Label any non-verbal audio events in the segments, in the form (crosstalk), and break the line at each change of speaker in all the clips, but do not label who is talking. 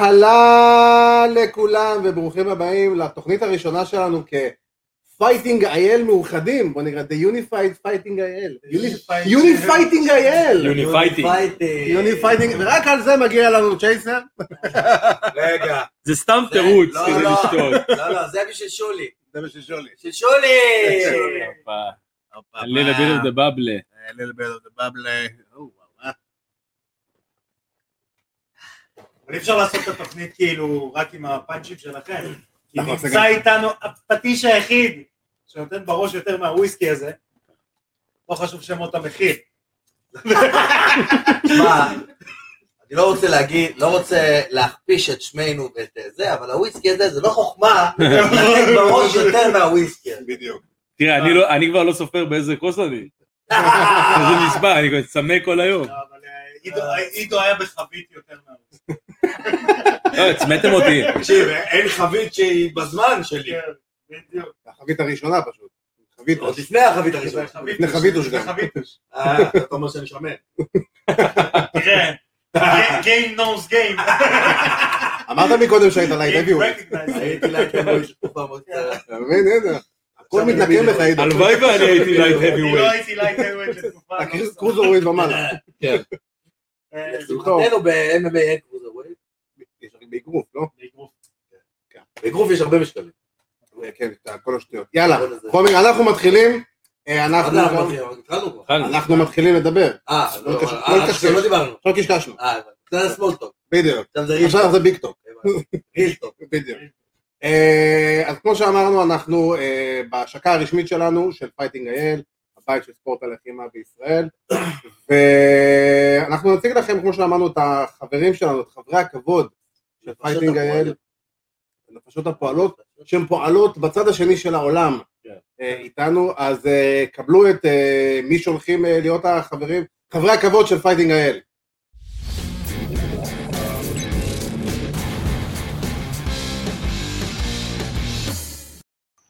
אהלן לכולם וברוכים הבאים לתוכנית הראשונה שלנו כפייטינג אייל מאוחדים, בוא נקרא The Unified Fighting אייל.
Unified-
יוניפייטינג אייל!
יוניפייטינג.
יוניפייטינג, ורק על זה מגיע לנו צ'ייסר.
רגע.
זה סתם תירוץ
לא,
כדי
לא.
לשתות.
לא, לא, זה בשביל שולי.
זה בשביל שולי.
של
(laughs)
שולי!
כן.
הופה, a little bit of the bubble.
A little bit of the bubble. Oh, wow.
אבל אי אפשר לעשות את התוכנית כאילו רק עם הפאנצ'ים שלכם. כי
נכון, זה
נמצא איתנו הפטיש היחיד שנותן בראש יותר מהוויסקי הזה. לא חשוב שמות המחיר.
שמע, אני לא רוצה להגיד, לא רוצה להכפיש את שמנו ואת זה, אבל הוויסקי הזה זה לא חוכמה לתת בראש יותר מהוויסקי הזה.
בדיוק.
תראה, אני לא- אני כבר לא סופר באיזה כוס אני. איזה מספר, אני כבר צמא כל היום.
לא, אבל אה, עידו- עידו היה בחבית יותר מהוויסקי.
לא, הצמאתם אותי.
תקשיב, אין חבית שהיא בזמן שלי.
כן, בדיוק.
החבית הראשונה פשוט. חבית.
עוד לפני החבית
זה
הראשונה.
חביתוש.
לפני חביתוש
זה
גם.
חביתוש.
אה, אתה אומר שאני שומר.
תראה, Game knows game.
אמרת מקודם שהיית לייט
Game
אביו.
recognized.
הייתי לייט הבוי של תקופה מאוד קצרה.
אתה מבין? הנה. הכל
עכשיו אני
מתנקם
בדיוק.
לך, עידו.
הלוואי ואני הייתי לייט heavy
אני לא
weight.
הייתי לייט אביו לתקופה.
אתה קריס קרוזורוויד ומעלה.
אה,
לשמחתנו ב-MMA אין קרוזרווייט.
יש רק באגרוף, לא?
באגרוף.
באגרוף יש הרבה משקלים.
כן, אתה- כל השטויות. יאללה,
כל הזה.
חומר, אנחנו מתחילים. אה,
אבל
אנחנו
אנחנו
גם-
מתחילים, התחלנו כבר.
אכל.
אנחנו מתחילים לדבר.
אה,
לא
לא
קשור,
אבל-
לא
אה,
קשור.
עכשיו לא דיברנו.
עכשיו קשקשנו.
אה, הבנתי. זה סמולטוק.
בדיוק.
עכשיו זה רילטוק.
עכשיו זה ביג טוק.
רילטוק.
בדיוק. אה, אז כמו שאמרנו, אנחנו אה, בהשקה הרשמית שלנו, של פייטינג אייל, הבית של ספורט הלחימה בישראל, ואנחנו נציג לכם, כמו שאמרנו, את החברים שלנו, את חברי הכבוד של פייטינג אייל, נפשות הפועלות, שהן פועלות בצד השני של העולם
כן.
אה, איתנו, אז אה, קבלו את אה, מי שהולכים אה, להיות החברים, חברי הכבוד של פייטינג אייל.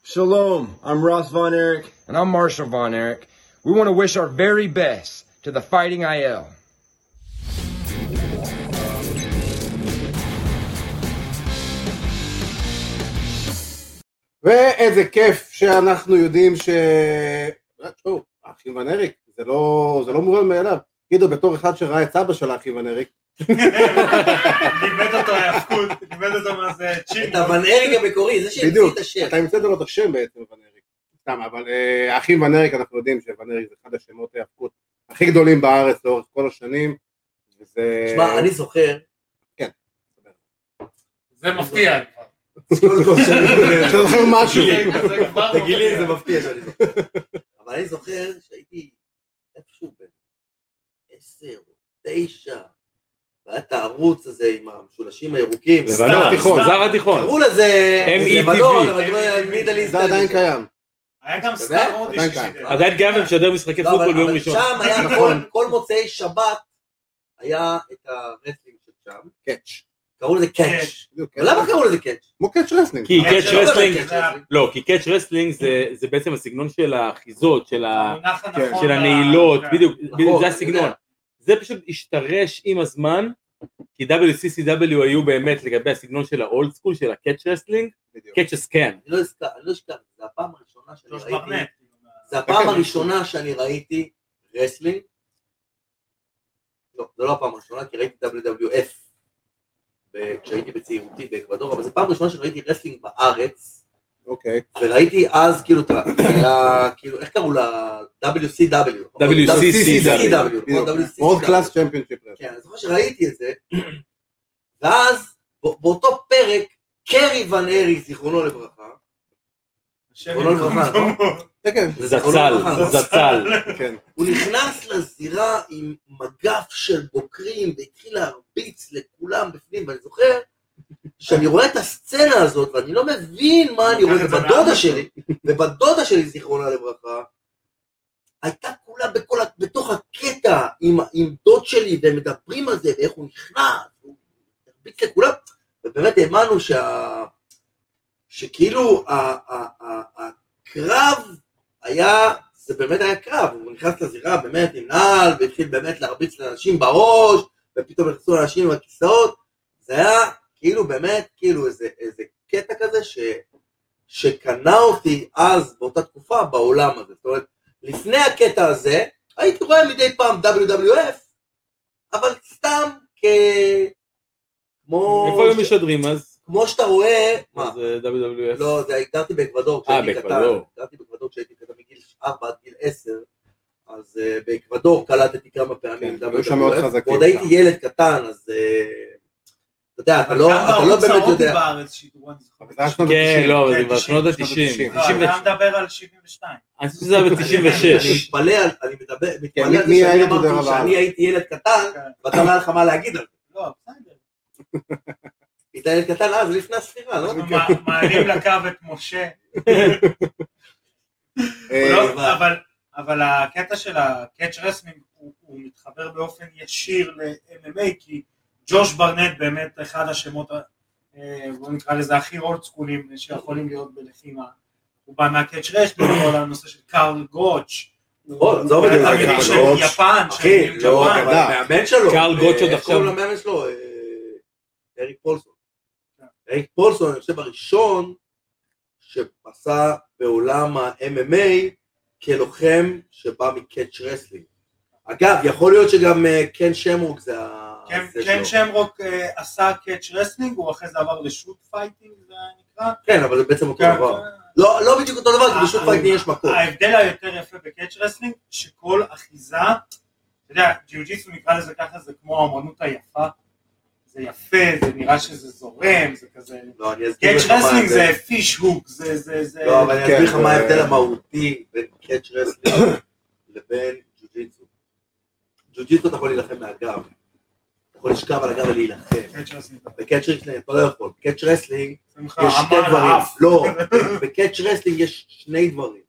Shalom, I'm Ross Von Erich.
And I'm Marshall Von Erich. We want to wish our very best to the Fighting IL.
ואיזה כיף שאנחנו יודעים ש... תשמעו, האחים ון אריק, זה לא, זה לא מובן מאליו. עידו, בתור אחד שראה את סבא של האחים ון אריק,
כן,
לימד אותו ההאבקות, לימד אותו מה זה
את
צ'ימו.
הבנאריק המקורי, זה שהמציא
בדיוק,
את השם.
אתה המצאת לו את השם בעצם, ון אריק. סתם, אבל אה, האחים ון אריק, אנחנו יודעים שוון אריק זה אחד השמות ההיאבקות הכי גדולים בארץ לאורך כל השנים. וזה...
שמע, אני זוכר.
זה מפתיע.
קודם כל שאני כן. זוכר.
אתה זוכר משהו.
בגילי זה מפתיע שאני זוכר. אבל אני זוכר שהייתי איפשהו בין עשר או תשע, והיה את הערוץ הזה עם המשולשים הירוקים.
לבנון,
התיכון.
זר התיכון.
קראו לזה E
M.E.T.V..
לבנון, אבל קראו לזה מידל איסט.
זה עדיין קיים.
היה גם
באמת?
סטאר הודי
עדיין
ששידר.
כאן.
עדיין גם הם משדר משחקי
לא, אבל-
פוטבול ביום
אבל
ראשון.
שם היה
נכון.
כל- כל מוצאי שבת, היה את הרסלינג של שם,
קאץ'.
קראו לזה
כן,
קאץ'.
בדיוק,
אבל למה קראו לזה קאץ'?
כמו קאץ' רסלינג.
כי
אבל
קאץ'
כן. זה לא
רסלינג,
קאץ' רסלינג.
לא, כי קאץ' רסלינג זה- זה בעצם הסגנון של האחיזות, של ה-
המונח
כן,
הנכון.
של
ל-
הנעילות,
כן.
בדיוק, בדיוק, זה
אני
הסגנון.
יודע.
זה פשוט השתרש עם הזמן, כי WCCW היו באמת לגבי הסגנון של האולד סקול, של הקאץ' רסלינג,
בדיוק.
קאץ' הסקאם.
אני לא אשכח, אני לא אשכח, זה הפעם הראשונה שאני
ג'וש
ראיתי
ברנט.
זה הפעם הראשונה שאני ראיתי רסלינג. לא, זו לא הפעם הראשונה, כי ראיתי WWF ב- כשהייתי בצעירותי באקוודור, אבל זו פעם ראשונה שראיתי רסלינג בארץ,
אוקיי.
וראיתי אז כאילו, את ה- היה, כאילו, איך קראו לה? WCW. נכון?
WCCW.
כמו
מאוד
WCCW.
קלאס צ'מפיונשיפ רסלינג.
כן, אני זוכר שראיתי את זה, ואז ב- באותו פרק, קרי ון ארי, זיכרונו לברכה,
השם
זיכרונו לברכה,
ייקום
נכון?
דמו.
כן, כן,
זצ"ל, זצ"ל.
כן.
הוא נכנס לזירה עם מגף של בוקרים והתחיל להרביץ לכולם בפנים, ואני זוכר שאני רואה את הסצנה הזאת ואני לא מבין מה אני רואה,
לקח את זה
ובדודה
לאבא
שלי, ובדודה שלי, זיכרונה לברכה, הייתה כולה בכל, ה- בתוך הקטע עם, עם דוד שלי, והם מדברים על זה, ואיך הוא נכנס, הוא הרביץ לכולם, ובאמת האמנו שה... שכאילו ה- ה- ה- הקרב היה, זה באמת היה קרב, הוא נכנס לזירה באמת עם נעל, והתחיל באמת להרביץ לאנשים בראש, ופתאום נכנסו לאנשים עם הכיסאות, זה זה היה כאילו באמת, כאילו איזה, איזה קטע כזה ש, שקנה אותי אז, באותה תקופה, בעולם הזה. זאת אומרת, לפני הקטע הזה, הייתי רואה מדי פעם WWF, אבל סתם כ... כמו...
איפה היו משדרים אז?
כמו שאתה רואה... מה?
אז אה, WWF.
לא, זה, גרתי באקוודור כשהייתי קטן.
באקוודור.
גרתי באקוודור כשהייתי קטן מגיל 4 עד גיל 10, אז אה, באקוודור קלטתי כמה פעמים.
כן, היו שם מאוד
WWF.
חזקים
עוד
שם.
הייתי ילד קטן, אז... אה, אתה יודע, אתה
אבל
לא
גם
אתה לא
בערוץ
באמת
ההודי
יודע.
בארץ שידרו, אני זוכר.
אבל זה היה שנות
כן,
ה-90.
לא, אבל
כן,
זה כבר שנות
90,
ה-90.
לא, אתה מדבר על 72.
אני חושב שזה היה
אני
ב-96.
מתפלא, על- אני מדבר, מתפלא
כן, מי-
על זה
מי
שאני
היה דובר
אמרתי
על הארץ?
שאני הייתי ילד קטן,
כן.
ואתה לא היה לך מה להגיד על זה.
לא, בסדר.
היית ילד קטן אז, לפני הספירה, לא?
אנחנו מע- מעלים לקו את משה.
אה,
לא, אבל, אבל הקטע של הקאץ' רסלינג הוא, הוא מתחבר באופן ישיר ל-MMA כי ג'וש ברנט באמת אחד השמות, ה- אה, בואו נקרא לזה הכי אולד סקולים שיכולים להיות בלחימה. הוא בא מהקאץ' רסלינג, הוא על הנושא של קארל גוטש.
נכון, עזוב את
זה,
הוא התלמיד
קארל
של
גוטש.
יפן, של
אחי, לא,
יפן.
אבל המאמן שלו.
קרל גוטש עוד
אה, איך
עכשיו.
קוראים למאמן שלו? אה, אריק פולסון. אריק פולסון, אני חושב, הראשון שעשה בעולם ה-MMA כלוחם שבא מקאץ' רסלינג. אגב, יכול להיות שגם אה, קן שמרוק זה ה...
כן-
זה לא.
כן
שלו.
שמרוק אה, עשה קאץ' רסלינג, הוא אחרי זה עבר לשוט פייטינג, זה נקרא.
כן, אבל זה בעצם אותו
כן,
דבר. לא לא בדיוק אותו דבר, כי בשום
אה,
פייטינג יש מקום.
ההבדל היותר יפה בקאץ' רסלינג, שכל אחיזה, אתה יודע, ג'יוג'יסו נקרא לזה ככה, זה כמו האמנות היפה, זה יפה, זה נראה שזה זורם, זה כזה...
לא, אני אסביר
קאץ'
לך מה
רסלינג
זה.
זה פיש הוק, זה... זה... זה...
לא, אבל אני
כן,
אסביר לך
זה-
מה ההבדל המהותי בין קאץ' רסלינג לבין ג'ו-ג'יצו. ג'ו-ג'יצו אתה יכול להילחם מהגב. אתה יכול לשכב על הגב ולהילחם.
קאץ' רסלינג.
בקאץ' רסלינג אתה לא יכול. בקאץ' רסלינג
זה ממך,
יש שתי
אמר
דברים.
האף.
לא, בקאץ' רסלינג יש שני דברים.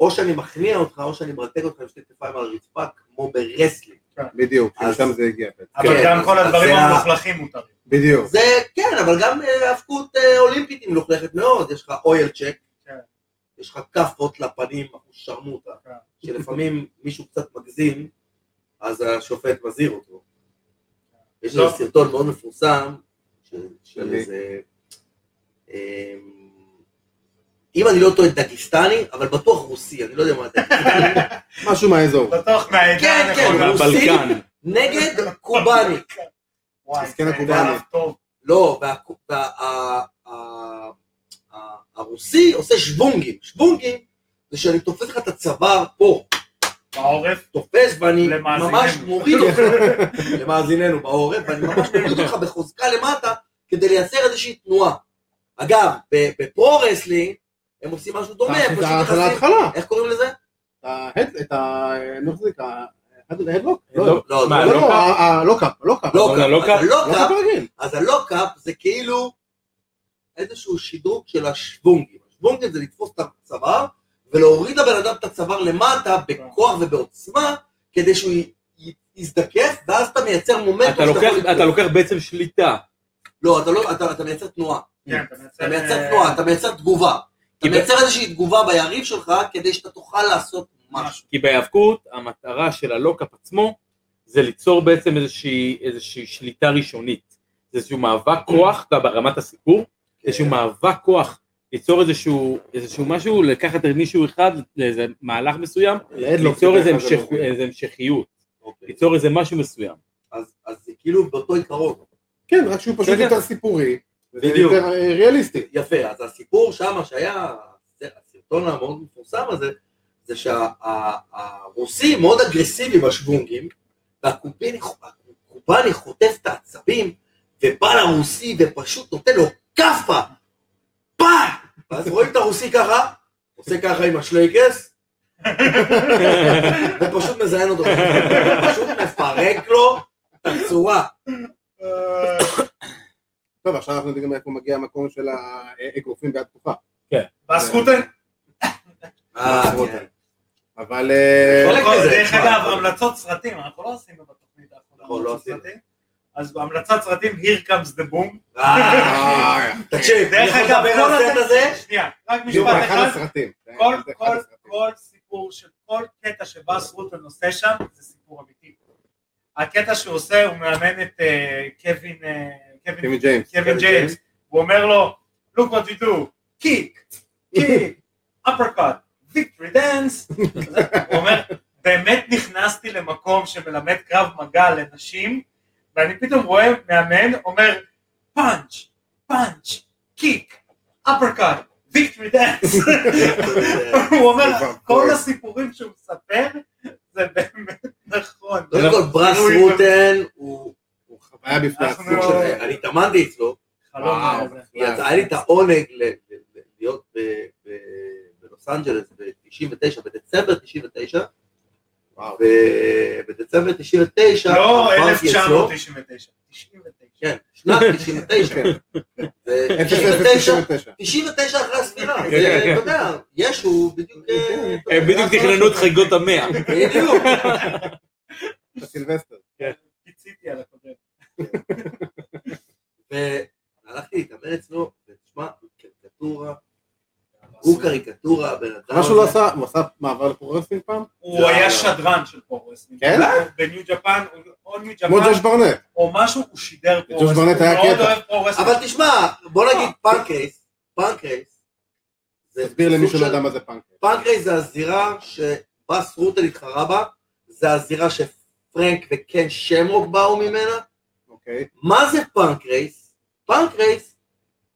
או שאני מכניע אותך, או שאני מרתק אותך עם שתי כתפיים על הרצפה, כמו ברסלינג.
בדיוק,
אז-
שם זה הגיע.
אבל
כן,
גם
אז-
כל
אז
הדברים
זה ה-
המלוכלכים מותרים.
בדיוק.
זה כן, אבל גם אה, האבקות אה, אולימפית היא מלוכלכת מאוד, יש לך אויל צ'ק,
כן.
יש לך כאפות לפנים, אחוז שרמוטה,
כן.
שלפעמים מישהו קצת מגזים, אז השופט מזהיר אותו. יש
לא.
איזה סרטון מאוד מפורסם, ש- של
שלי.
איזה... אמ, אם אני לא טועה דגיסטני, אבל בטוח רוסי, אני לא יודע מה
(laughs)
זה.
משהו מהאזור.
בטוח מהעדה
כן, כן,
הנכונה.
הוא-
בבלקן.
נגד קובאני.
וואי,
מסכן
זה
הקובאני.
ענף טוב.
לא, וה- וה- ה- ה- ה- הרוסי עושה שוונגים. שוונגים זה שאני תופס לך את הצוואר פה,
בעורף.
תופס ואני
למאזיננו.
ממש מוריד אותך למאזיננו בעורף, ואני ממש מוריד אותך בחוזקה למטה כדי לייצר איזושהי תנועה. אגב, ב- בפרו-רסלינג הם עושים משהו דומה,
זה
פשוט
על
נכנסים,
ההתחלה.
איך קוראים לזה?
את ה... נו, איך זה נקרא? ההדלוק?
לא,
לא,
לא,
מה,
לא,
זה לא-
הלוקאפ?
ה- ה- הלוקאפ, הלוקאפ.
לוקאפ.
הלוקאפ?
אז הלוקאפ,
הלוקאפ הרגיל.
אז הלוקאפ זה כאילו איזשהו שדרוג של השוונגים. השוונגים זה לתפוס את הצוואר ולהוריד לבן אדם את הצוואר למטה בכוח ובעוצמה כדי שהוא י- י- יזדקף ואז אתה מייצר מומנטום.
אתה
שאתה
לוקח-
יכול
אתה
לתקוף.
לוקח בעצם שליטה.
לא, אתה לא, אתה- אתה מייצר תנועה.
כן, אתה מייצר...
אתה מייצר
אה,
תנועה, אתה מייצר תגובה. אתה
כי ב-
מייצר איזושהי תגובה ביריב שלך כדי שאתה תוכל לעשות משהו.
כי בהיאבקות המטרה של הלוקאפ עצמו זה ליצור בעצם איזושהי, איזושהי שליטה ראשונית. זה איזשהו מאבק כוח, אתה ברמת הסיפור,
כן.
איזשהו מאבק כוח, ליצור איזשהו, איזשהו משהו, לקחת מישהו אחד לאיזה מהלך מסוים,
להדלוק.
ליצור איזה,
זה
המשך,
מוביל.
איזה המשכיות,
אוקיי.
ליצור איזה משהו מסוים.
אז אז זה כאילו באותו עיקרון.
כן, רק שהוא פשוט
כן,
יותר סיפורי. וזה
בדיוק.
יותר אה, ריאליסטי.
יפה, אז הסיפור שם שהיה, הסרטון המאוד מפורסם הזה, זה שהרוסים מאוד אגרסיביים בשוונגים, והקובני הקובני חוטף את העצבים, ובא לרוסי ופשוט נותן לו כאפה, פעם! ואז רואים את הרוסי ככה, עושה ככה עם השלייקס, ופשוט מזיין אותו, פשוט מפרק לו את הצורה.
אה,
טוב, עכשיו אנחנו יודעים גם איפה מגיע המקום של אה, האגרופים ביד פתוחה.
והסקוטר?
אה, כן.
אבל... אה,
חלק מזה,
נכון, דרך
תשמע.
אגב, המלצות סרטים, אנחנו לא עשינו בתוכנית האחרונה.
נכון, לא
המלצות
עשינו.
סרטים. אז המלצת סרטים, Here comes the boom.
אה,
אה,
תקשיב,
דרך
אני יכול
אגב,
לדבר
כל
על הסרט
הסרט-
הזה?
שנייה, רק
בדיוק,
משפט
אחד
אחד.
הסרטים.
כל-
אה, זה אחד
כל-
הסרטים.
כל סיפור של כל קטע שבאס רוטן עושה שם, זה סיפור אמיתי. הקטע שהוא עושה, הוא מאמן את אה, קווין, אה, קווין
קימי ג'יימס.
קווין ג'יימס, הוא אומר לו, look what you do, קיק, קיק, uppercut, victory dance, (laughs) הוא אומר, באמת נכנסתי למקום שמלמד קרב מגע לנשים, ואני פתאום רואה מאמן אומר, פאנץ', פאנץ', קיק, uppercut, victory dance,
(laughs)
(laughs) הוא אומר, כל הסיפורים שהוא מספר, זה באמת נכון.
קודם כל, ברס רוטן הוא...
הוא חוויה בפני
אנחנו-
עצמו שזה.
אני התאמנתי אצלו,
חלום
וואו.
הזה.
יצא- היה לי את העונג ל- ל- ל- להיות ב- ב- בלוס אנג'לס ב-99, בדצמבר 99,
וואו.
ב- בדצמבר 99,
לא
עברתי אצלו,
1999, 99.
כן, שנת
כן.
99, זה- 99,
0.099.
99 אחרי הספירה,
כן,
זה,
כן.
אתה יודע, ישו בדיוק, אה,
הם בדיוק
לא
תכננו את חגיגות המאה.
בדיוק,
סילבסטר.
נכון.
פיציתי על הקודם.
והלכתי להתאמן אצלו, ותשמע, הוא קריקטורה, הוא קריקטורה, הבן אדם,
מה שהוא לא
הזה.
עשה, הוא עשה מעבר לפרורסים פעם?
הוא היה שדרן של פורסטינג.
כן?
בניו ג'פן, הוא- או ניו
כמו ג'וש
ג'פן,
ברנט.
או משהו, הוא שידר
ג'וש
פורסטינג.
ברנט היה
הוא מאוד
קטע.
אוהב פורסטינג.
אבל תשמע, בוא נגיד פאנקרייס, פאנקרייס, זה-
תסביר
זה
למי
סוג
שלא
של-
יודע מה זה פאנק.
פאנקרייס זה הזירה שבאס רוטל התחרה בה, זה הזירה שפרנק וקן שמרוק באו ממנה.
אוקיי.
מה זה פאנקרייס? פאנקרייס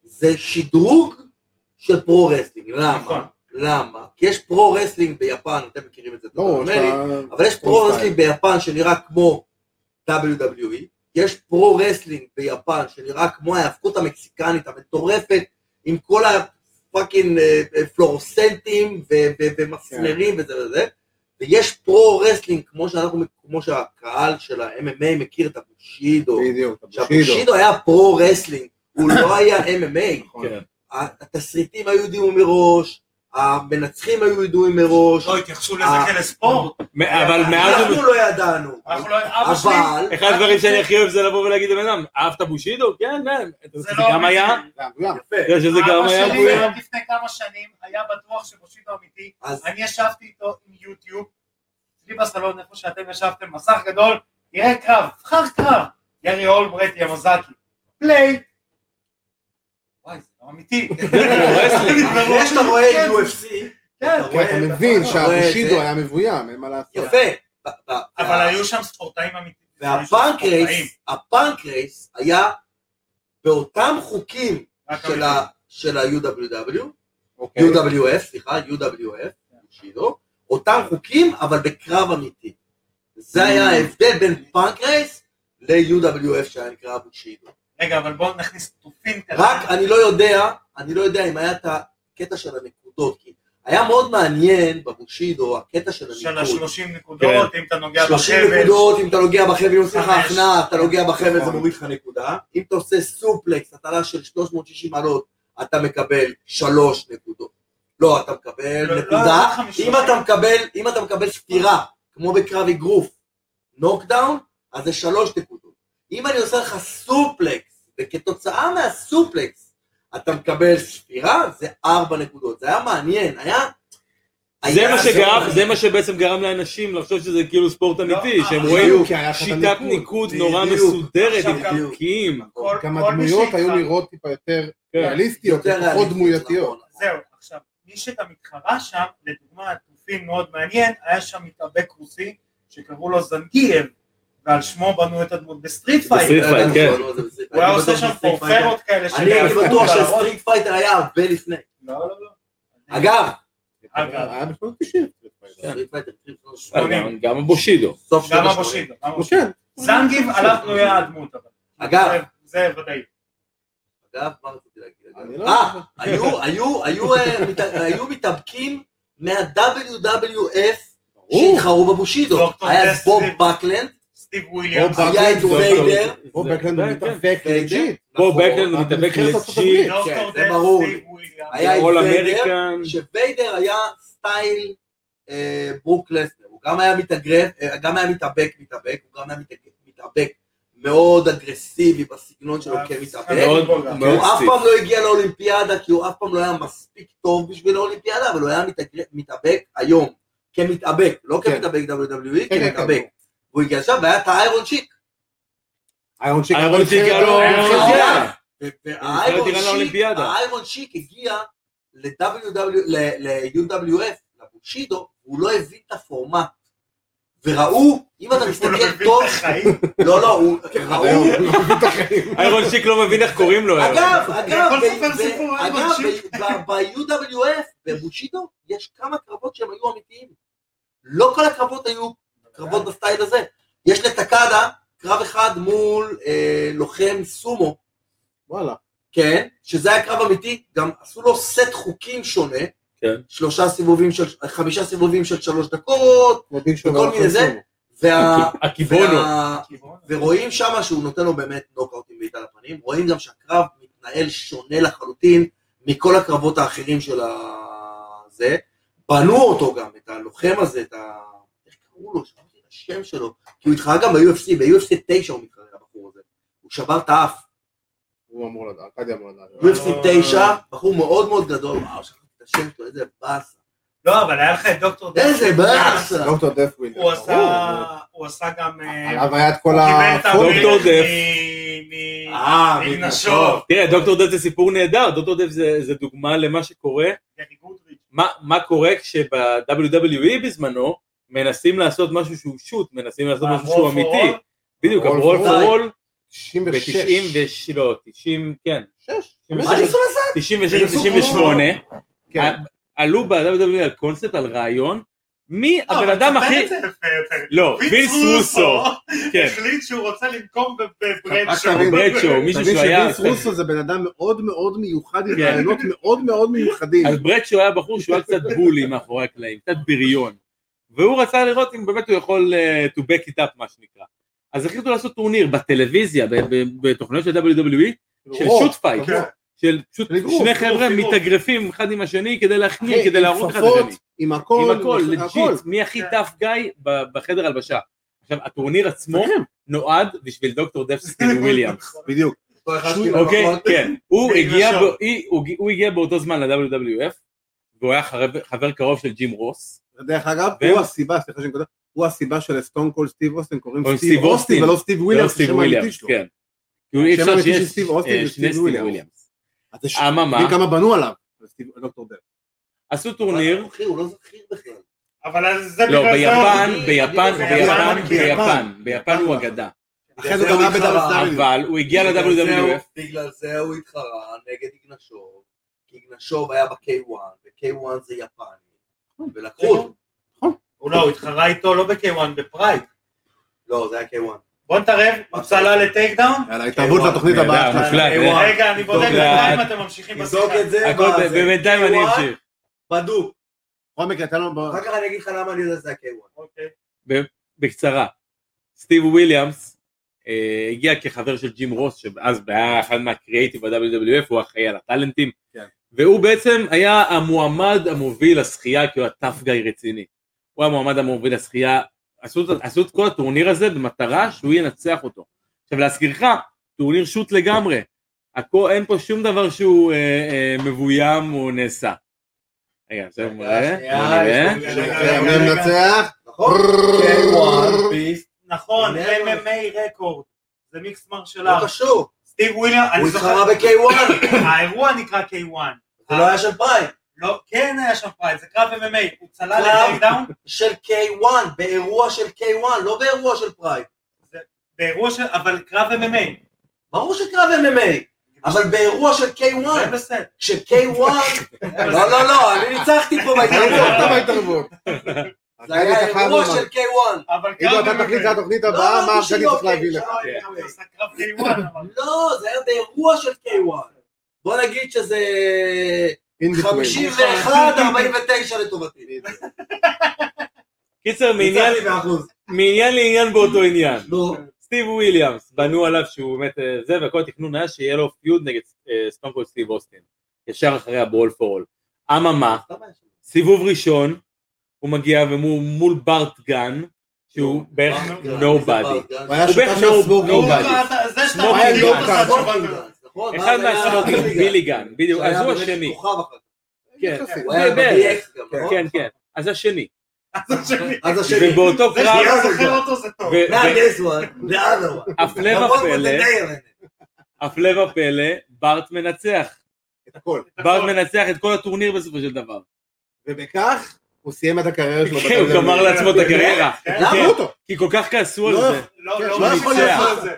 זה שדרוג של פרו-רסלינג.
נכון.
למה? למה? כי יש פרו-רסלינג ביפן, אתם מכירים את זה.
ברור,
טוב
לא, יש
ממני,
לה-
אבל יש פרו-רסלינג ביפן שנראה כמו WWE, יש פרו-רסלינג ביפן שנראה כמו ההיאבקות המקסיקנית המטורפת, עם כל הפאקינג אה, אה, פלורסנטים ו- ו- ומסמרים
כן.
וזה וזה, ויש פרו-רסלינג כמו שאנחנו, כמו שהקהל של ה-MMA מכיר את הבושידו,
בדיוק. שידו.
שהבושידו היה פרו-רסלינג, הוא לא היה MMA.
נכון.
כן.
התסריטים היו ידועים מראש, המנצחים היו ידועים מראש,
לא התייחסו לזה
אה.
כלספורט.
אבל מאז הוא...
אנחנו לא ידענו.
אנחנו לא... אבא שלי...
אבל
אחד הדברים שאני הכי אוהב זה לבוא ולהגיד לבן אדם, אהבת בושידו? כן, כן.
זה
זה
לא
גם היה,
זה היה
יפה.
אתה יודע שזה גם
אבא
היה
שלי
בויה.
עד לפני כמה שנים היה בטוח שבושידו אמיתי.
אז
אני ישבתי איתו עם יוטיוב, אצלי בסלון, איפה שאתם ישבתם, מסך גדול, תראה קרב, בחר קרב, גרי אולברט, ימזקי, פליי. וואי, זה לא אמיתי.
רסלינג.
(laughs) אחרי שאתה רואה את UFC,
כן,
אתה
כי
רואה,
אתה
כן,
מבין
נכון.
שה-
שהבושידו היה מבוים, אין מה לעשות.
יפה. ב- ב-
אבל היו שם ספורטאים אמיתיים. ספורטאים.
והפאנקרייס, הפאנקרייס היה באותם חוקים
רק כן.
של ה- של ה-UWW,
אוקיי.
UWF, סליחה, UWF, שידו, אותם חוקים, אבל בקרב אמיתי. זה היה
Mm.
ההבדל בין פאנקרייס ל-UWF שהיה נקרא בושידו.
רגע, אבל בואו נכניס תופין כזה.
רק אני לא יודע, אני לא יודע אם היה את הקטע של הנקודות, כי היה מאוד מעניין בבושידו הקטע של
של
הניקוד.
השלושים נקודות, אם אתה נוגע
30
בחבל.
נקודות, אם אתה נוגע בחבל, אם עושים לך
חמש.
הכנעה, אתה נוגע בחבל, זה
נכון.
מוריד לך נקודה. אם אתה עושה סופלקס, הטלה של 360 מעלות, אתה מקבל 3 נקודות. לא, אתה
לא,
מקבל
לא,
נקודה.
לא חמישים.
אם אתה מקבל, אם אתה מקבל סטירה, כמו בקרב אגרוף, נוקדאון, אז זה 3 נקודות. אם אני עושה לך סופלקס, וכתוצאה מהסופלקס, אתה מקבל ספירה, זה 4 נקודות. זה היה מעניין, היה...
זה
היה-
מה שגרם, זה מה שבעצם גרם לאנשים לחשוב שזה כאילו ספורט אמיתי,
אה,
שהם
בדיוק,
רואים
כי היה לך את
שיטת
הניקוד.
ניקוד נורא
בדיוק.
מסודרת,
עכשיו
עם
גם-
חוקים.
כל-
גם
כל מי
הדמויות היו
שאיתך-
נראות טיפה יותר
כן.
ריאליסטיות,
יותר
פחות
ריאליסטי,
דמויותיות.
נכון.
זהו, עכשיו, מי שגם התחרה שם, לדוגמה, התופין מאוד מעניין, היה שם מתאבק רוסי, שקראו לו זנגייב, ועל שמו בנו את הדמות בסטריט פייטר.
בסטריט פייט,
לא
כן.
הוא היה עושה שם פורפרות כאלה.
אני הייתי
שלהפוך
בטוח
על הראש.
שסטריט פייטר היה הרבה לפני.
לא, לא, לא.
אגב,
אגב.
היה לא בשנות 90.
סטריט פייטר, התחיל בשנות
אבל
השמונים.
גם- גם הבושידו.
סוף שנות
גם
השמונים.
הבושידו. גם הבושידו.
כן.
זנגיב עליו תלויה הדמות, אבל.
אגב.
זה זה ודאי.
אגב, מה רציתי להגיד?
אני לא-
אה, היו- היו- היו, אה, מת- היו מתאבקים מה-WWF
ברור.
שהתחרו בבושידו.
דוקטור
היה את
דסטי.
בוב בקלנד,
סטיב וויליאמס.
בוב
היה את
דוקטור
ויידר.
בוב
זה-
בקלנד
כן,
הוא
כן.
מתאבק לג'יט.
בוב
נכון.
בקלנד
רק
מתאבק
בנבחרת ארצות
לשיט,
הברית.
כן,
דוקטור
זה
דסט,
ברור לי.
סטיב וויליאמס.
היה את
אול
ויידר,
אמריקן.
שוויידר היה סטייל אה, ברוק לסנר, הוא גם היה מתאגרף, אה, גם היה מתאבק מתאבק, הוא גם היה מתאג- מתאבק מאוד אגרסיבי בסגנון שלו
אה,
כמתאבק,
מאוד
הוא
הוא
מאוד
אף
סטיף.
פעם לא הגיע לאולימפיאדה כי הוא אף פעם לא היה מספיק טוב בשביל האולימפיאדה, אבל הוא היה מתאגר- מתאבק היום, כמתאבק, לא
כן.
כמתאבק WWE,
כן, כן,
כמתאבק,
כן.
והוא הגיע שם והיה את האיירון שיק,
איירון שיק
איירון שיק היה
כאילו-
לו-
היה לו
היה.
והאיירון
דירה
שיק,
לאולימפיאדה.
האיירון שיק הגיע ל-UWF, לבושידו, הוא לא הבין את הפורמט. וראו, אם אתה
הוא לא כן,
מסתכל
מבין
טוב,
את החיים.
לא, לא,
(laughs)
הוא- ראו,
איירון שיק לא מבין איך קוראים לו.
אגב,
(laughs)
אגב,
יכול לספר
ב-
סיפור,
ב-
איירון
אגב,
שיק.
ב- ב-UWF, בבושידו, יש כמה קרבות שהם היו אמיתיים. לא כל הקרבות היו קרבות בסטייל הזה. יש לטקאדה קרב אחד מול אה, לוחם סומו,
וואלה.
כן, שזה היה קרב אמיתי, גם עשו לו סט חוקים שונה,
כן.
שלושה סיבובים של, חמישה סיבובים של שלוש דקות,
כמו דיל שוב,
וכל מיני זה. וה,
הקיבונו.
וה, ורואים שם שהוא נותן לו באמת נוקאוטים בעיטה לפנים, רואים גם שהקרב מתנהל שונה לחלוטין מכל הקרבות האחרים של ה... זה. בנו אותו גם, את הלוחם הזה, את ה... איך קראו לו? שמעתי את השם שלו, כי הוא התחרה גם ב-UFC, ב-UFC 9 הוא מתחרה הבחור הזה. הוא שבר את האף.
הוא אמור לדעת, ארקדיה אמור לדעת.
UFC 9, בחור מאוד מאוד גדול, וואו, שכחתי את השם שלו, איזה באסה.
לא, אבל היה לך את דוקטור
איזה
דרסלר.
באסה. לא-
דוקטור דף ווינדר.
הוא עשה- הוא עשה גם... אה,
עליו היה את כל
הוא קיבל את
ה...
דוקטור
דוקטור
דף.
אה,
מגנשוב.
תראה, דוקטור דף זה סיפור נהדר, דוקטור דף זה זה דוגמה למה שקורה מה, מה קורה כשב-WWE בזמנו מנסים לעשות משהו שהוא שוט, מנסים לעשות
אה,
משהו שהוא אמיתי.
לא,
בדיוק,
Roll
הברול
for
פור
all.
רול
96.
ב-90 לא, 90, כן.
מה אני עושה לזה?
96 98,
כן.
עלו ב-WWE על קונספט, על רעיון, מי הבן אדם הכי... לא, וינס רוסו, כן,
החליט שהוא רוצה לנקום בברדשו.
רק תבין,
ברדשו, מישהו
תבין
שהיה...
שווינס רוסו זה בן אדם מאוד מאוד מיוחד, עם
כן.
רעיונות מאוד מאוד מיוחדים.
אז ברדשו היה בחור שהוא היה קצת בולי מאחורי הקלעים, קצת בריון. והוא רצה לראות אם באמת הוא יכול אה, to back it up מה שנקרא. אז החליטו לעשות טורניר בטלוויזיה, ב- ב- בתוכניות של WWE, של
רוב,
שוט פייט,
כן.
של פשוט
של אגרוף,
שני חבר'ה מתאגרפים אחד עם השני כדי להחמיא,
אחי,
כן, כדי
עם
להרוג אחד את
כפפות,
השני.
עם
עם
הכל,
הכל,
עם הכל. כן.
לג'יט, מי הכי טאף גיא ב- בחדר הלבשה. עכשיו, הטורניר עצמו נועד בשביל דוקטור דפסקין
(laughs)
וויליאמס.
כן. בדיוק.
אותו אחד כאילו נכון.
שהוא-
שלי
אוקיי,
במכון.
כן. הוא
בגלל
הגיע
שם.
בא- היא- הוא הגיע- הוא הגיע באותו זמן ל-WWF, והוא היה חבר- חבר קרוב של ג'ים רוס.
דרך אגב,
ו-
הוא הסיבה, סליחה שאני קודם, הוא הסיבה של סטון קול סטיב אוסטין, קוראים
קוראים
סטיב
סטיב
אוסטין
אוסטין,
ולא סטיב
ולא
וויליאמס,
סטיב
השם האמיתי
וויליאמס,
שלו.
כן. כאילו אי
השם
אפשר
האמיתי של
שיש
סטיב אוסטין
אה,
זה
שני
סטיב
סטיב
וויליאמס.
וויליאמס.
אז זה ש-
אממה?
תבין כמה בנו עליו, על סטיב- לא דוקטור דף.
עשו טורניר,
אחי, הוא לא זכיר בכלל.
אבל אז זה
לא,
בגלל זה
ביפן,
הוא-
ביפן,
ביפן,
ביפן,
ביפן.
ביפן, ביפן הוא אגדה.
אחרי זה גם היה ב-WW.
אבל הוא הגיע
בגלל זה הוא-
ל-WWF,
בגלל זה הוא התחרה נגד איגנשוב, כי איגנשוב היה ב-K1, ו-K1 זה יפני, ולקחו
נכון.
אותו.
הוא לא, הוא התחרה איתו לא ב-K1, בפרייד.
לא, זה היה K1.
בוא נתערב, הוא צלל לטייק דאון. אה,
יאללה, התערבות
וואו,
לתוכנית
נהדר,
הבאה שלך.
נפלא,
כן, וואו.
נהדר.
רגע, אני בודק
תבדוק
בינתיים
את-
אתם ממשיכים
תבדוק
בשיחה.
את זה,
הכל
מה
ב-
זה?
בינתיים אני
K1,
אמשיך.
בדוק.
בכל מקרה, תן לנו...
אחר כך אני אגיד לך למה אני יודע שזה היה K1.
אוקיי.
בקצרה, סטיב וויליאמס אה, הגיע כחבר של ג'ים רוס, שאז היה אחד מהקריאייטיב ב-WWF, הוא אחראי על הטאלנטים,
כן.
והוא בעצם היה המועמד המוביל לשחייה, כי הוא היה טאף גיא רציני. הוא היה המועמד המוביל לשחייה, עשו, את- עשו את כל הטורניר הזה במטרה שהוא ינצח אותו. עכשיו להזכירך, טורניר שוט לגמרי, הכל, אין פה שום דבר שהוא אה, אה, מבוים או נעשה. רגע, עכשיו נראה, בוא נראה.
יש
רגע,
לנו-
כן, מי
רגע.
מנצח?
נכון? K1, ביסט.
נכון,
זה לא-
MMA רקורד. זה מיקס מרשל
לא
ארט.
קשור.
סטיב וויליאם, אני
הוא התחרה
זוכר,
(coughs) ב-K1,
האירוע נקרא K1.
זה לא היה של פריים.
לא, כן היה שם פרייד, זה קרב MMA, הוא צלל
קרב.
לטייק דאון,
של K1, באירוע של K1, לא באירוע של פריים.
באירוע של, אבל קרב MMA,
ברור שקרב MMA, אבל באירוע של
זה
K1,
בסדר.
כש-K1, (laughs) לא, לא, לא, אני ניצחתי פה בהתערבות.
אתה (laughs) בהתערבות.
כן. (laughs) זה היה אירוע של K1.
אבל
אם
קרב
אתה תחליט
MMA.
לתוכנית
לא,
הבאה, מה
אמרתי
ארגני
שלא,
צריך להביא
כן,
לך?
שלא,
כן,
אוקיי.
הוא עשה קרב K1, אבל-
לא, זה היה באירוע של K1. בוא נגיד שזה
In between.
51-49 לטובתי.
קיצר, מעניין
ניצחתי באחוז.
מעניין לעניין באותו עניין.
נו,
סטיב וויליאמס, בנו עליו שהוא באמת אה, זה, וכל התכנון היה שיהיה לו פיוד נגד סטונקול סטיב אוסטין, ישר אחרי הברול פור אול. אממה, סיבוב ראשון, הוא מגיע ומול בארט גן,
לא,
שהוא בערך נובדי.
הוא היה
הוא
שותף
בערך
של
no-
סמוג
no
גלגלי.
body.
אתה- זה שאתה
סמוקים
בדיוק
גן.
עשה תשובה כזאת.
נכון,
אחד מהסמוקים, בילי גן, בדיוק, אז הוא השני. כן,
יחסית.
הוא היה
זה כן. בערך.
ב-DX גם, נכון?
כן, כן, אז השני.
אז השני,
אז השני,
ובאותו
זה שאני
קרב,
לא זוכר אותו זה טוב.
ו-
not
ו-
this one, the other one.
הפלא
What was the
ופלא,
name of it?
הפלא ופלא, בארט מנצח.
את הכל.
בארט מנצח את כל הטורניר בסופו של דבר.
ובכך הוא סיים את הקריירה שלו.
כן, הוא
בטלוויזיה.
גמר לעצמו את הקריירה.
כן.
למה
כן.
אותו?
כי כל כך כעסו על
לא,
זה.
לא,
כן,
לא,
שהוא
לא
ניצח.
יכול לעשות את זה.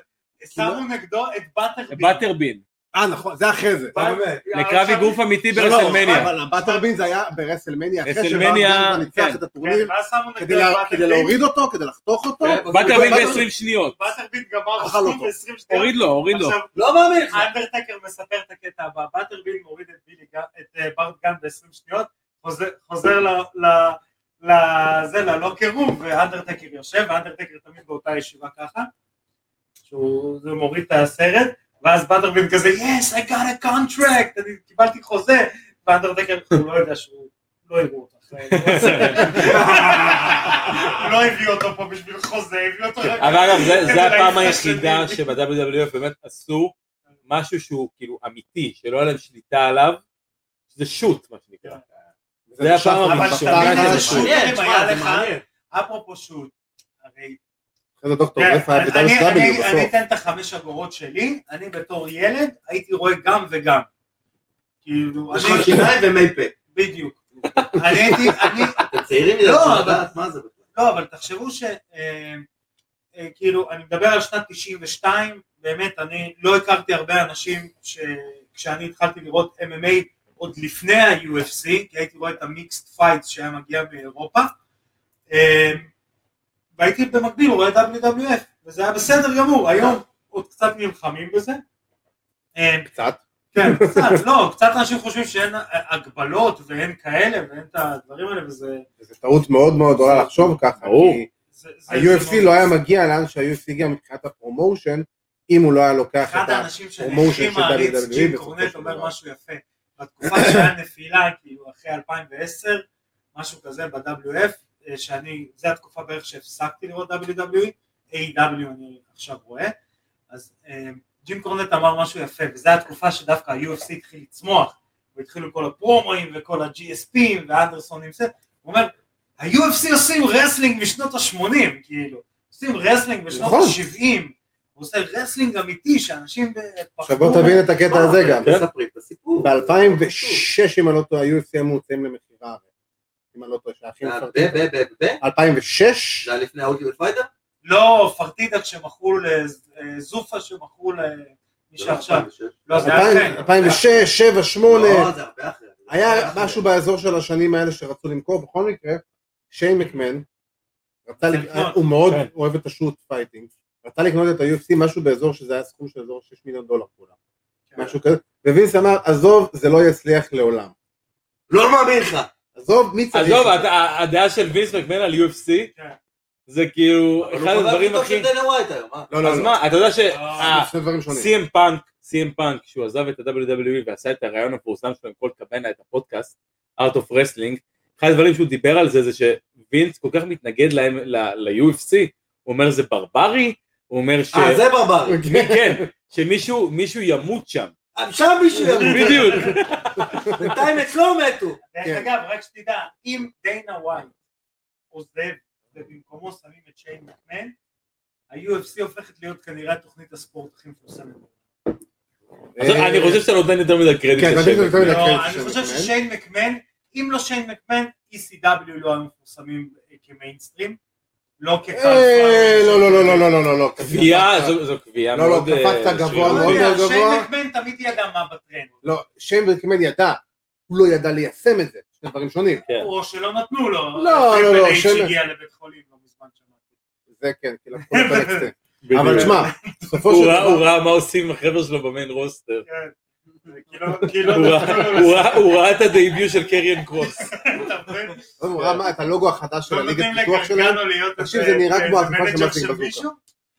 שמו נגדו את באטרבי.
באטרבין.
אה, נכון, זה אחרי זה.
אה,
באמת.
לקרב איגוף אמיתי
לא, לא,
ברסלמניה.
אבל הבטרבין זה היה ברסלמניה, אחרי
רסלמניה,
שברסלמניה ניצח
כן.
את הטורניר,
כן, ואז שמו
כדי
נגדו
לה-
את
כדי
באטרבי.
להוריד אותו, כדי לחתוך אותו.
באטרבין ב-20 שניות.
באטרבי גמר
אכל
אותו
אותו.
ב-20 שניות.
הוריד לו, הוריד לו.
עכשיו,
לא מאמין לך.
האנדרטקר מספר את הקטע הבא, באטרביל מוריד את בילי גן- את אה, בארט גן ב-20 שניות, חוזר- חוזר ל- ל- לזה, ללוקר רום, והאנדרטקר יושב, והאנדרטקר תמיד באותה ישיבה ככה, שהוא זה מוריד את הסרט, ואז באטרביל כזה, yes, I got a contract, אני קיבלתי חוזה, והאנדרטקר, הוא לא יודע שהוא, לא יראו אותו. אחרי זה. לא הביאו אותו פה בשביל חוזה, הביאו אותו רק...
אבל אגב, זה-
(laughs)
כדי
זה הפעם
להעיף את
היחידה
השני.
שב-WWF באמת עשו משהו שהוא כאילו אמיתי, שלא היה להם שליטה עליו, זה שוט, מה שנקרא.
כן.
זה הפעם
אבל
הראשונה.
תמיד
זה
איזה
שוט.
שוט, אם היה
זה
לך,
מעניין.
אפרופו שוט, הרי
אחרי זה דוקטור
תראה,
רפא היה
אני-
בדל
אני-
סטאבילי
אני- אני
בסוף.
אתן את החמש אגורות שלי, אני בתור ילד הייתי רואה גם וגם. כאילו,
יש
אני-
לך שיניים ומי פה.
בדיוק. אני הייתי, אני,
אתם צעירים
לא,
צריכים
אבל-
לדעת מה זה בכלל.
לא, אבל תחשבו ש... אה, אה, כאילו, אני מדבר על שנת 92, באמת, אני לא הכרתי הרבה אנשים שכשאני התחלתי לראות MMA עוד לפני ה-UFC, כי הייתי רואה את המיקסט פייטס שהיה מגיע מאירופה, אה, והייתי במקביל רואה את WWF, וזה היה בסדר גמור, היום עוד קצת נלחמים בזה. אה,
קצת.
כן, (laughs) קצת, לא, קצת אנשים חושבים שאין אה, הגבלות ואין כאלה ואין את הדברים האלה וזה...
זו טעות מאוד מאוד גדולה לחשוב ככה.
ברור.
כי
זה- זה- זה מאוד-
ה-UFC לא היה מגיע לאן שה-UFC הגיע מבחינת הפרומושן, אם הוא לא היה לוקח
אחד
את ה...
האנשים שאני
הפרומושן
הכי
של
מעריץ,
WWE
ג'ים
בסופו
קורנט
של
אומר
דבר.
משהו יפה. בתקופה שהיה נפילה, כאילו אחרי 2010, משהו כזה ב-WF, אה, שאני, זו התקופה בערך שהפסקתי לראות WWE, A.W. אני עכשיו רואה, אז אה, ג'ים קורנט אמר משהו יפה, וזו התקופה שדווקא ה-UFC התחיל לצמוח, והתחילו כל הפרומואים וכל ה-GSPים ואנדרסון עם זה, הוא אומר, ה-UFC עושים רסלינג משנות ה-80, כאילו, עושים רסלינג בשנות
נכון.
ה-70, הוא עושה רסלינג אמיתי, שאנשים
עכשיו בוא תבין את הקטע הזה גם.
אתם כן.
כן.
מספרים את הסיפור.
ב-2006, אם אני לא טועה, ה-UFC היו מוצאים למכירה. אם אני לא טועה, שהאחים
זה היה
מפרטים.
אה, ב- ב- ב- ב-
2006?
זה היה לפני האולטימט פייטר?
לא, פרטידה כשמכרו לזופה שמכרו למי שעכשיו. לא, זה היה אחרי.
2006, 7, 8,
לא, זה הרבה אחרי.
היה משהו באזור של השנים האלה שרצו למכור, בכל מקרה, שיין מקמן, רצה לק-
לקנות.
הוא מאוד
כן.
אוהב את השוט פייטינג, רצה לקנות את ה-UFC, משהו באזור שזה היה סכום של אזור 6 מיליון דולר כולה, משהו כזה, ווינס אמר, עזוב, זה לא יצליח לעולם,
לא מאמין לך.
עזוב, מי צריך,
עזוב,
את
הד-
זה?
ה- הדעה של וינס מקמן על UFC,
כן.
זה כאילו
אבל הוא
אחד
חבר
הדברים
הכי טוב
הכי...
של דנה ווייט היום, אה?
לא, לא,
אז
לא,
מה, אתה יודע
אה,
שה...
זה שני דברים שונים,
סי.אם פאנק, סי.אם פאנק, כשהוא עזב את ה-WWE ועשה את הרעיון המפורסם שלו עם כל קבנה, את הפודקאסט, Art of Wrestling, אחד הדברים שהוא דיבר על זה, זה שווינס כל כך מתנגד להם, ל- ל-UFC, הוא אומר זה ברברי, הוא אומר ש...
אה, זה ברברי.
מי- כן, שמישהו מישהו ימות שם.
אה, שם מישהו ימות.
בדיוק.
אה,
בינתיים אצלו מתו.
דרך
כן.
אגב, רק שתדע, אם דיינה ווייט עוזב ובמקומו שמים את שיין מקמן, ה-UFC הופכת להיות כנראה תוכנית הספורט הכי מפורסמת.
כן,
אז
אה,
אני חושב שאתה לא נותן יותר מדי קרדיט
כן, אתה
לשם.
נותן יותר מדי
לא,
קרדיט
אני
לשיין
חושב
מקמן.
ששיין מקמן, אם לא שיין מקמן, ECW לא היו מפורסמים אה, כמיינסטרים, לא כקהל
אה,
פראייר.
לא, לא, לא, לא, לא, לא, לא, לא,
קביעה, זו- זו קביעה
לא, לא,
מאוד... אה,
קפצת גבוה
שרירותית.
מאוד.
יודע,
גבוה.
שיין מקמן תמיד ידע מה בטרנד,
לא, שיין מקמן ידע, הוא לא ידע ליישם את זה, שני דברים שונים,
כן.
או שלא נתנו לו,
לא, לא, לא,
שיין
שיין-
הגיע לבית חולים לא מזמן שמעתי. זה
זה כן, כי לקחו את הלקסטר.
בדיוק.
אבל תשמע, בסופו של
הוא ראה- הוא
דבר,
ראה מה עושים עם החבר'ה שלו במיין רוסטר.
כאילו-
(laughs)
כאילו
הוא
לא
ראה-
נתנו לו
הוא ראה- הוא ראה את הדייביוט של קריאן קרוס.
לעשות
(laughs)
הרבה,
הוא ראה מה- את הלוגו החדש של
לא
הליגת
נותנים
פיתוח שלהם,
לגרגנו להיות
תקשיב,
איזה-
זה נראה
איזה
כמו עטיפה של
מנג'ר
מצליק
של
בזוקה.
מישהו?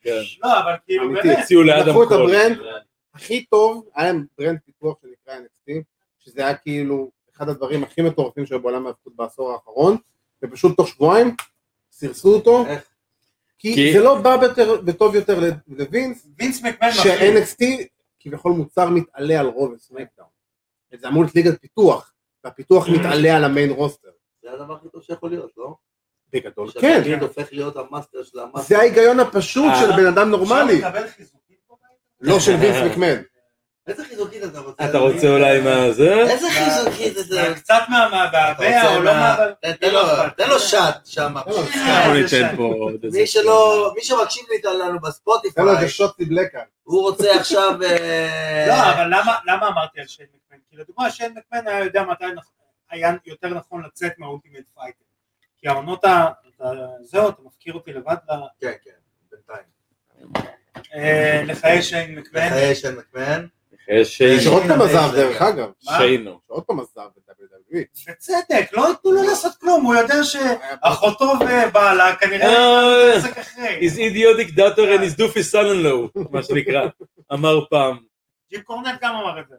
כן.
לא, אבל כאילו
אמיתי.
באמת,
הציעו לאדם
לקחו את
קול.
הברנד. הכי טוב, היה להם ברנד פיתוח שנקרא NXT, שזה היה כאילו אחד הדברים הכי מטורפים שהיו בעולם ההפקות בעשור האחרון, ופשוט תוך שבועיים סירסו אותו,
איך?
כי
כי-
זה לא בא בטר- בטוב יותר ל- לווינס,
וינס מקמן מחליט.
ש-NXT כביכול מוצר מתעלה על רוב וסמקדאון. זה אמור להיות ליגת פיתוח, והפיתוח מתעלה על המיין רוסטר.
זה הדבר הכי טוב שיכול להיות, לא?
גדול.
שהתאגיד
כן,
הופך להיות המאסטר של המאסטר.
זה ההיגיון הפשוט
אה.
של בן אדם נורמלי,
אפשר לקבל חיזוקים פה בעניין?
לא של וינס מקמן.
איזה חיזוקית אתה רוצה?
אתה רוצה אולי מה זה?
איזה חיזוקית זה?
מה- קצת מהבעבע או לא מהבעבע.
תן לו- תן
אה,
לו שעט שם.
אנחנו ניתן פה עוד איזה...
מי שלא, מי שמקשיב לנו בספוטיפיי,
אלא זה שוטי בלקה.
הוא רוצה עכשיו... אה,
לא, אבל למה- למה אמרתי על שיין מקמן? כי לדוגמה שיין מקמן היה יודע מתי נכ- היה יותר נכון לצאת מהאולטימט פייטר. כי העונות ה... אתה- זהו, אתה מפקיר אותי לבד ל-
כן, כן, בינתיים.
אה, לחיי שיין מקמן.
בחיי של מקמן.
יש
שעוד פעם עזב דרך אגב,
אה, שיינו.
שעוד פעם עזב את WWE.
בצדק, לא ייתנו לו לעשות כלום, הוא יודע שאחותו ובעלה כנראה
אה,
יתעסק אחרי.
His idiotic daughter and his doofy son in law, מה שנקרא, אמר פעם.
ג'ים קורנט גם אמר את זה.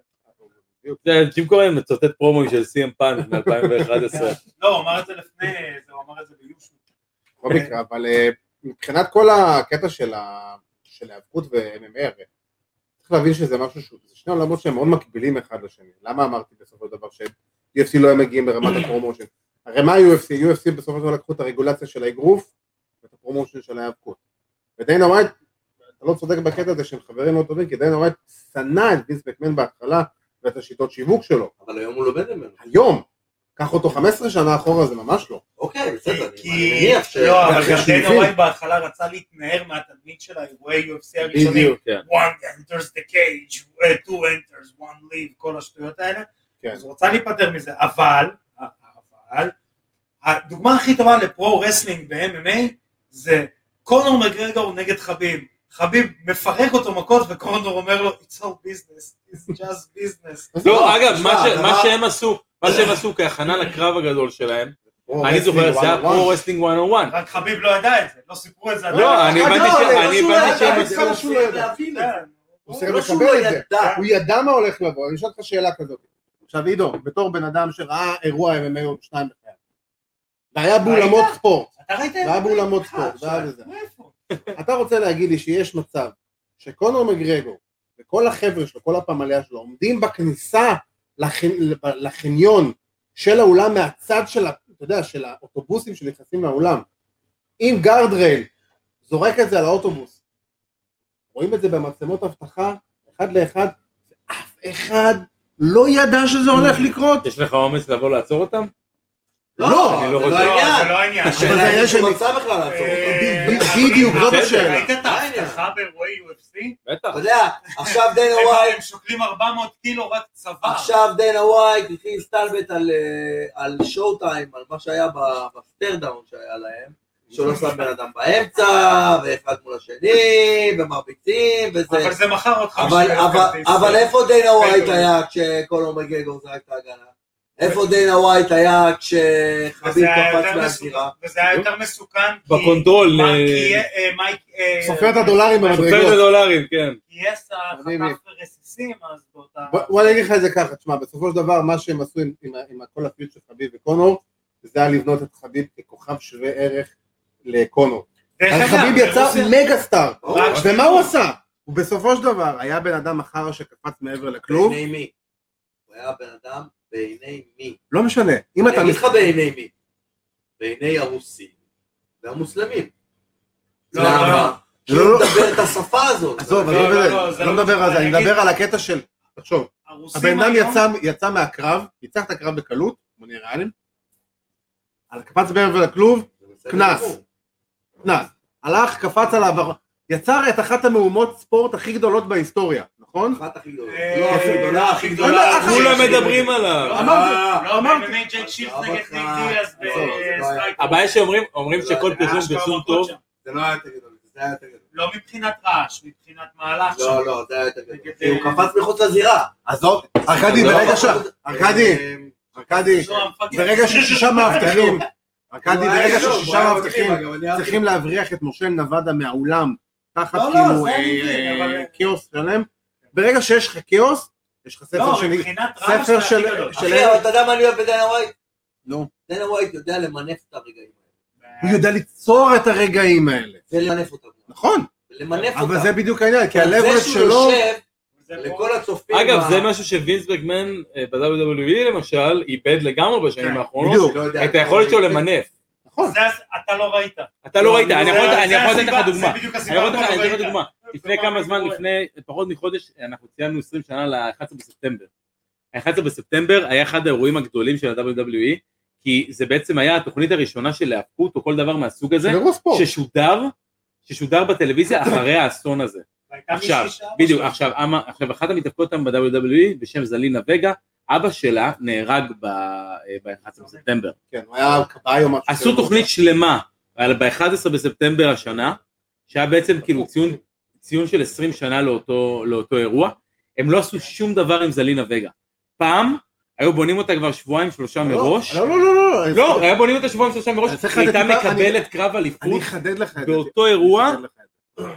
זה, ג'ים קורן מצטט פרומואים של סי.אם פאנק מ-2011.
לא, הוא אמר את זה לפני, זה, הוא אמר את זה ביוש.
בכל מקרה, אבל אה, מבחינת כל הקטע של ה- של ההיאבקות ו-MMR, צריך להבין שזה משהו שהוא, זה שני עולמות שהם מאוד מקבילים אחד לשני. למה אמרתי בסופו של דבר ש-UFC לא היו מגיעים ברמת הפרומושן? הרי מה ה-UFC? UFC בסופו של דבר לקחו את הרגולציה של האגרוף ואת הפרומושן של ההיאבקות. ודיינה ווייט, אתה לא צודק בקטע הזה שהם חברים לא טובים, כי דיינה ווייט שנא את וינס מקמן בהתחלה ואת השיטות שיווק שלו.
אבל היום הוא
לא
לומד ממנו.
היום, קח אותו 15 שנה אחורה, זה ממש לא.
אוקיי, בסדר. אני- אני
כי...
מניח ש...
לא, אבל
אחרי
גם
שהוא
דנה
הבין.
ווייט בהתחלה רצה להתנער מהתדמית של האירועי UFC הראשונים.
בדיוק.
כן.
one enters the cage, uh, two enters, one leave, כל השטויות האלה.
כן.
אז הוא רוצה להיפטר מזה, אבל, אה, אבל, הדוגמה הכי טובה לפרו-רסלינג ב-MMA זה קונור מגרגור נגד חביב. חביב מפרק אותו מכות וקונור אומר לו, it's all business, it's just business.
לא, אגב, מה ש-
הדבר-
מה שהם עשו, מה שהם עשו כהכנה לקרב הגדול שלהם,
לא,
אני זוכר, זה היה
וואן-און-וואן.
פרו-רסטינג 101.
רק חביב לא ידע את זה, לא סיפרו את זה עדיין.
לא, אני
אה,
הבנתי
לא,
ש-
לא,
אני
שהוא לא
הבנתי
ידע,
שהם
אני
עשו...
זוכר שהוא לא ידע.
להבין את זה.
כן.
הוא
לא
סירב
שהוא לא
לקבל את זה.
ידע.
הוא ידע מה הולך לבוא, אני אשאל אותך שאלה כזאת. עכשיו עידו, בתור בן אדם שראה אירוע MMA או שניים בחייו, והיה באולמות
ראית?
ספורט,
אתה ראית את זה?
והיה באולמות ספורט,
אה,
והיה בזה.
מאיפה?
אתה רוצה להגיד לי שיש מצב שקונור מגרגו וכל החבר'ה שלו, כל הפמליה שלו, עומדים בכניסה לחנ- לחניון של האולם מהצד של, ה- אתה יודע, של האוטובוסים שנכנסים לאולם, עם גארד רייל, זורק את זה על האוטובוס. רואים את זה במצלמות אבטחה, אחד לאחד, ואף אחד לא ידע שזה הולך לקרות.
יש לך אומץ לבוא לעצור אותם?
לא,
אני לא
זה
רוצה.
לא
לא, זה
העניין.
לא העניין. אה,
אבל זה העניין
שהוא
שלי.
רצה בכלל לעצור אותו.
אה,
בדיוק, זאת
בסדר,
השאלה.
ראית את ההבטחה באירועי UFC?
אה,
בטח.
אתה יודע, עכשיו דנה
הם-
ווייט,
הם שוקלים 400 קילו רק צוואר.
עכשיו דנה ווייט התחיל להסתלבט על, אה, על שואו טיים, על מה שהיה ב- בסטרדאון שהיה להם, שהוא לא שם בן אדם באמצע, ואחד מול השני, ומרביצים, וזה...
אבל זה מכר אותך.
אבל,
בשביל
אבל,
כרטיס. אה,
אבל איפה דיינה ווייט
רגע.
היה כשקולומר גגו זרק את ההגנה? איפה דיינה ווייט היה כשחביב
וזה היה
קפץ
יותר
מהזירה?
מסוכן- וזה היה יותר מסוכן. כי-
בקונטרול,
מה-
אה,
כי, אה, מייק... אה,
סופר את הדולרים
סופר את
במדרגות.
הדולרים, כן.
כי יסה
אני מבין.
חטף רסיסים אז באותה...
בוא בוא אני אגיד לך את זה ככה, תשמע, בסופו של דבר מה שהם עשו עם, עם, ה- עם כל הפיוט של חביב וקונור, זה היה לבנות את חביב ככוכב שווה ערך לקונור.
דרך
אז
אגב,
חביב יצא
ברוסיה-
מגה סטאר,
רק
ומה
שתדעו,
הוא עשה? הוא בסופו של דבר היה בן אדם אחרא שקפץ מעבר לכלום,
בעיני מי? הוא היה בן אדם בעיני מי?
לא משנה, אם
אני
אתה...
אגיד לך בעיני מי. בעיני הרוסים והמוסלמים.
לא,
למה? כי
לא,
הוא
לא.
מדבר את השפה הזאת.
עזוב, אני
לא,
לא מדבר-
לא, לא, זה
אני לא
לא-
מדבר על זה, אני
אני אגיד-
מדבר על הקטע של, תחשוב,
הרוסים
הבן אדם
היום-
יצא- יצא מהקרב, ניצח את הקרב בקלות, בוא נראה לי, על קפץ מעבר לכלוב,
זה
לא.
בסדר
קנס.
גמור.
נכנס, הלך, קפץ על העבר, יצר את אחת המהומות ספורט הכי גדולות בהיסטוריה, נכון?
אחת הכי גדולה.
אה,
לא, הכי גדולה, הכי
אה,
גדולה.
אחת. אה,
כולם
אחי,
מדברים עליו.
אמרתי,
לא,
אמרתי.
MMA ג'ק שירס
עזוב
נגד אה,
אותך.
ניק דיאז
לא, זה לא היה.
בסטרייק.
הבעיה שאומרים אומרים
לא,
שכל
זה
פרסום
אשכרה
פרסום
מכות
טוב,
שם.
זה לא היה יותר גדול, זה היה יותר גדול.
לא מבחינת רעש, מבחינת מהלך. שם.
לא, לא, זה היה יותר
אה,
גדול.
נגד-
כי הוא קפץ מחוץ לזירה.
עזוב, ארכדי,
לא,
ברגע
לא,
ש... ארכדי,
אה,
ארכדי,
לא, המפקד.
ברגע ששישה
(laughs)
מאבטחים,
הוא
ארכדי,
היה
ברגע
גדול,
ששישה
הוא היה מדהים,
מאבטחים
אגב, אני אהבתי.
צריכים להבריח את משה נבדה מהאולם, תחת
לא, לא,
כאילו
זה
אה,
אני מבין,
אה,
אבל-
כאוס שלם, ברגע שיש לך כאוס, יש לך ספר
לא,
שני,
מבחינת רעש
ספר
זה
של...
הכי גדול.
של-
אחי, אבל אתה יודע מה אני אוהב בדנה ווייט?
נו.
דנה ווייט יודע למנף את הרגעים האלה.
הוא
אה,
יודע ליצור את הרגעים האלה,
ולמנף אותם.
נכון,
ולמנף אותם.
אבל זה בדיוק העניין, כי
זה
הלברס
שהוא
שלו...
יושב
זה
לכל הצופים.
אגב
ב-
זה משהו שווינס בגמן אה, ב-WWE E, למשל איבד לגמרי בשנים
כן,
האחרונות,
בדיוק,
לא יודע.
את היכולת שלו למנף,
נכון.
זה הס- אתה לא ראית.
אתה לא ראית,
זה-
אני יכול
זה
אני יכול לתת
הסיבה-
לך דוגמה.
זה בדיוק
אני
הסיבה.
יכול לתת לך-
אתה
אני
לא
אתן לך
ראית.
דוגמה. לפני
זה לא
כמה
מה
זמן,
שקורה.
לפני פחות מחודש, אנחנו ציינו 20 שנה ל-11 בספטמבר. ה-11 בספטמבר היה אחד האירועים הגדולים של ה-WWE, כי זה בעצם היה התוכנית הראשונה של האבקות או כל דבר מהסוג הזה,
זה לא אירוע ספורט.
ששודר, ששודר בטלוויזיה אחרי האסון הזה.
והייתה מישהי
עכשיו,
שאבא
בדיוק,
שלה-
עכשיו, אמה, עכשיו אחת המתאבקות היום ב-WWE E בשם זלינה וגה, אבא שלה נהרג ב-11 בספטמבר.
כן, הוא היה כבאי או משהו.
עשו
כזה.
תוכנית שלמה ב-11 בספטמבר השנה, שהיה בעצם כאילו ציון, ציון של 20 שנה לאותו, לאותו אירוע, הם לא עשו שום דבר עם זלינה וגה. פעם, היו בונים אותה כבר שבועיים שלושה
לא,
מראש,
לא, לא, לא, לא. אני-
לא, היו בונים אותה שבועיים שלושה מראש,
אני צריך
היא
לתת
הייתה
טיפה-
מקבלת קרב
לא- אני
אליפות
אחדד לך את זה.
באותו אירוע,
אני אחדד לך את זה.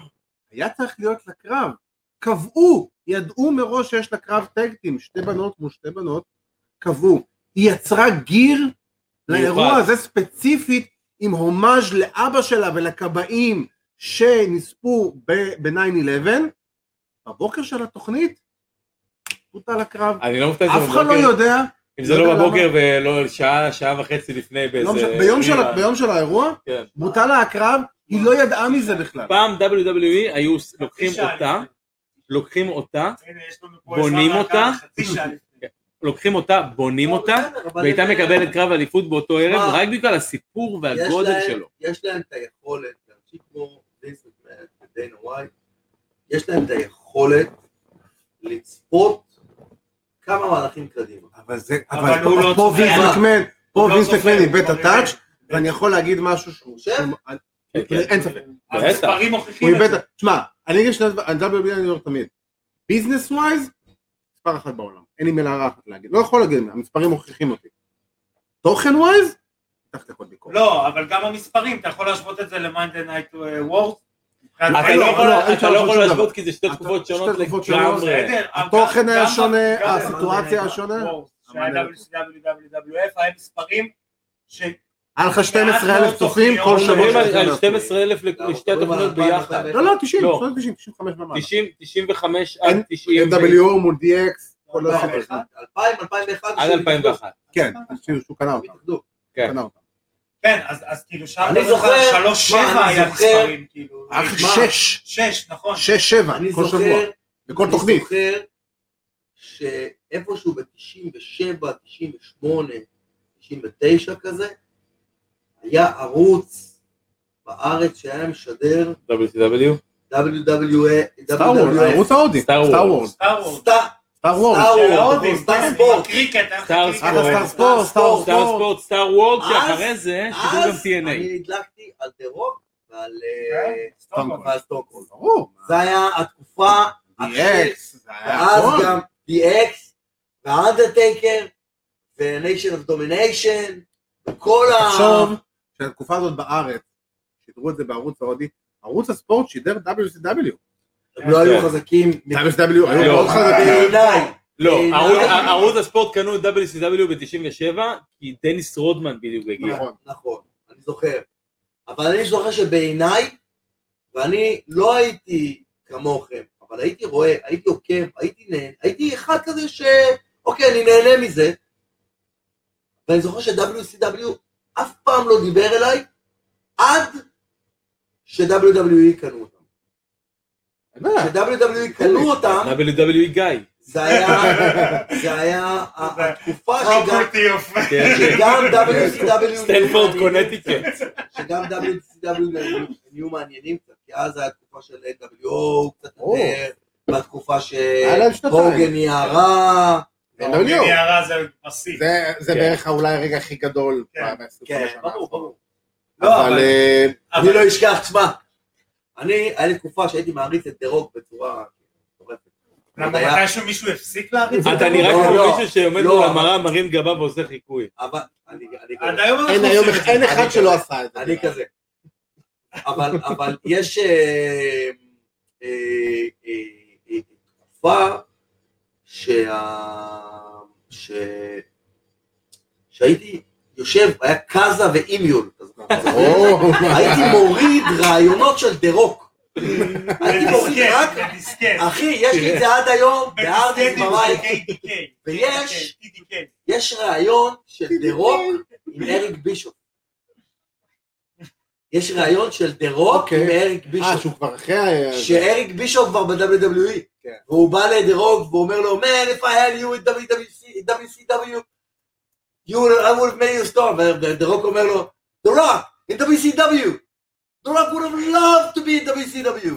היה צריך להיות לה קרב. קבעו, ידעו מראש שיש לה קרב טג טים, שתי בנות מול שתי בנות, קבעו. היא יצרה גיר לאירוע
מיוחד.
הזה ספציפית, עם הומאז' לאבא שלה ולכבאים שנספו ב- ב-9-11, בבוקר של התוכנית, פוטה לקרב.
אני לא מופתע אם זה
אף אחד לא
בבוקר.
יודע,
אם זה
לא
לא
יודע
בבוקר ולא שעה, שעה וחצי לפני
לא
באיזה...
משנה, ביום של-
עיר,
ביום של האירוע,
כן.
בוטל לה הקרב, היא לא ידעה מזה בכלל.
פעם WWE היו לוקחים
חצי שעה
אותה,
לפני.
לוקחים אותה,
הנה, יש לנו פה
בונים
עזרה
אותה? כן.
מהקהל חצי שעה לפני.
לוקחים אותה, בונים אותה, והייתה מקבלת קרב אליפות באותו ערב,
מה?
רק בגלל הסיפור והגודל שלו.
יש להם את היכולת, אנשים כמו וינסט מן ודיינה ווייט, יש להם את היכולת לצפות כמה מהלכים קדימה.
אבל זה,
אבל
אבל
הוא
פה-
לא
פה
צוחק.
וינס מקמן, פה
לא
וינס
זוכר,
מקמן איבד את
הוא
הטאץ',
באמת-
ואני יכול להגיד משהו שהוא...
חושב?
שהוא-
כן, כן.
אין ספק.
המספרים מוכיחים
הוא
את
איבד...
זה.
תשמע, אני אגיד שני דברים, WWE אני אומר תמיד. ביזנס ווייז, מספר אחת בעולם. אין לי מילה רעה אחת להגיד. לא יכול להגיד, המספרים מוכיחים אותי. תוכן ווייז, תחת הכל ביקורת.
לא, אבל גם המספרים, אתה יכול להשוות את זה ל-Monday Night Wars?
אתה לא יכול-
לא, אי
אתה
אפשר
לא
לעשות
יכול
שום
להשוות
דבר.
כי זה שתי
אתה-
תקופות
שתי
שונות
תקופות שונות,
לגמרי.
התוכן היה שונה, אה, הסיטואציה לא השונה.
שהיה WCWF, היה מספרים ש...
היה לך 12,000
מעט
צופים
מאוד
כל
תוכניות.
שבוע.
מדברים על-
שאתה
על
עושה.
12,000
אנחנו
לשתי
מדברים על
התוכניות ביחד.
2005.
לא, לא, 90,
לא.
שנות 90, 95 ומעלה.
90, 95 עד
אין-
90,
WO מול DX,
לא,
כל הסיפור.
2001, 2000, 2001,
עד 2001.
כן, שהוא קנה אותם.
התאחדו.
כן.
קנה אותם.
כן, אז אז כאילו שם
אני
בזמן
זוכר-
שלוש
מה,
שבע
אני
היה
זוכר-
מספרים, כאילו.
היה לך
אה, מה?
שש,
שש, נכון.
שש, שבע,
אני
כל שבוע,
זוכר,
בכל
אני
תוכנית.
זוכר שאיפשהו ב-97, 98, 99 כזה, היה ערוץ בארץ שהיה משדר
WCW?
WWF,
סטאר וורס, ערוץ ההודי.
סטאר
סטאר
וורס.
וורס.
סטאר וורס. כן,
סטאר
סטאר וורס.
נכון,
שהיה עוד עם
סטאר
עם
ספורט.
הקריקט, היה לך
סטאר
קריקט.
סטאר ספורט, סטאר
ספורט.
סטאר
סטאר
ספורט.
ספורט, סטאר וורד,
אז-
שאחרי זה שידרו גם
אז
TNA.
אני הדלקתי על דה רוק ועל
אה,
כן, סטוקהולם.
ועל סטוקהולם.
ברור.
זה היה התקופה, הכי-
DX, זה היה
אה, ואז
הכל.
גם DX, והאנדרטייקר, ו-Nation of Domination, וכל ה...
תחשוב שהתקופה הזאת בארץ, שידרו את זה בערוץ ההודי, ערוץ הספורט שידר WCW.
הם לא היו חזקים
WCW
אה,
היו
לא.
מאוד חזקים.
בעיניי.
לא,
אה,
ערוץ-
אה,
ערוץ הספורט קנו את WCW ב-97, כי דניס רודמן בדיוק הגיע.
נכון.
נכון, אני זוכר. אבל אני זוכר שבעיניי, ואני לא הייתי כמוכם, אבל הייתי רואה, הייתי עוקב, הייתי נהנה, הייתי אחד כזה ש... אוקיי, אני נהנה מזה. ואני זוכר ש-WCW אף פעם לא דיבר אליי, עד ש-WWE קנו אותם. ש-WWE קנו אותם,
WWE E גיא.
זה היה, זה היה התקופה שגם,
Property of-
כן,
(laughs)
כן.
שגם WCW...
סטנפורד קונטיקט.
שגם WCW נהיו מעניינים קצת, כי אז הייתה תקופה של NWO קצת
או.
יותר, והתקופה
להם שנתיים. כן,
שהוגן נהיה רע, לא.
WCW.
אני הרע זה פסיק.
זה- זה
כן.
בערך אולי הרגע הכי גדול.
כן,
ב- ב-
כן,
בשנה.
ברור, ברור.
לא,
אבל
אבל-
אה,
אני
אבל-
לא אשכח, תשמע, אני, היה לי תקופה שהייתי מעריץ את דה רוק בצורה... מטורפת.
למה
זה היה-
מתישהו מישהו הפסיק להריץ?
אתה
אותו?
נראה
לא,
כמו
לא.
מישהו שעומד
לא,
מול
אבל-
המראה, מרים גבה ועושה חיקוי.
אבל אני... אני
עד היום אנחנו
אין היום-
עושים את זה.
אין אחד
אני
שלא
כזה.
עשה את זה.
אני כזה. אבל, אבל יש אה, אה, אה, אה, תקופה שה... ש... שהייתי יושב, היה קאזה ואימיול. אתה זוכר?
או,
הייתי מוריד רעיונות של דה רוק. הייתי מוריד
בדיסקט,
רק... אה,
בדיסקט.
אחי, יש לי את זה עד היום, בהארדי
בדיסקט עם
דבריי.
KDK.
ויש-
KDK.
יש רעיון של דה רוק עם אריק בישוף. יש ראיון של דה רוק
אוקיי.
עם אריק
אה,
בישוף,
שהוא כבר אחרי ה...
שאריק בישוף כבר ב-WWE,
כן.
והוא בא לדה רוק ואומר לו, man, if I had you in WWC WCW, you would, I would have made you storm, ודה רוק אומר לו, דה רוק, in WCW, דה רוק would have loved to be in WCW,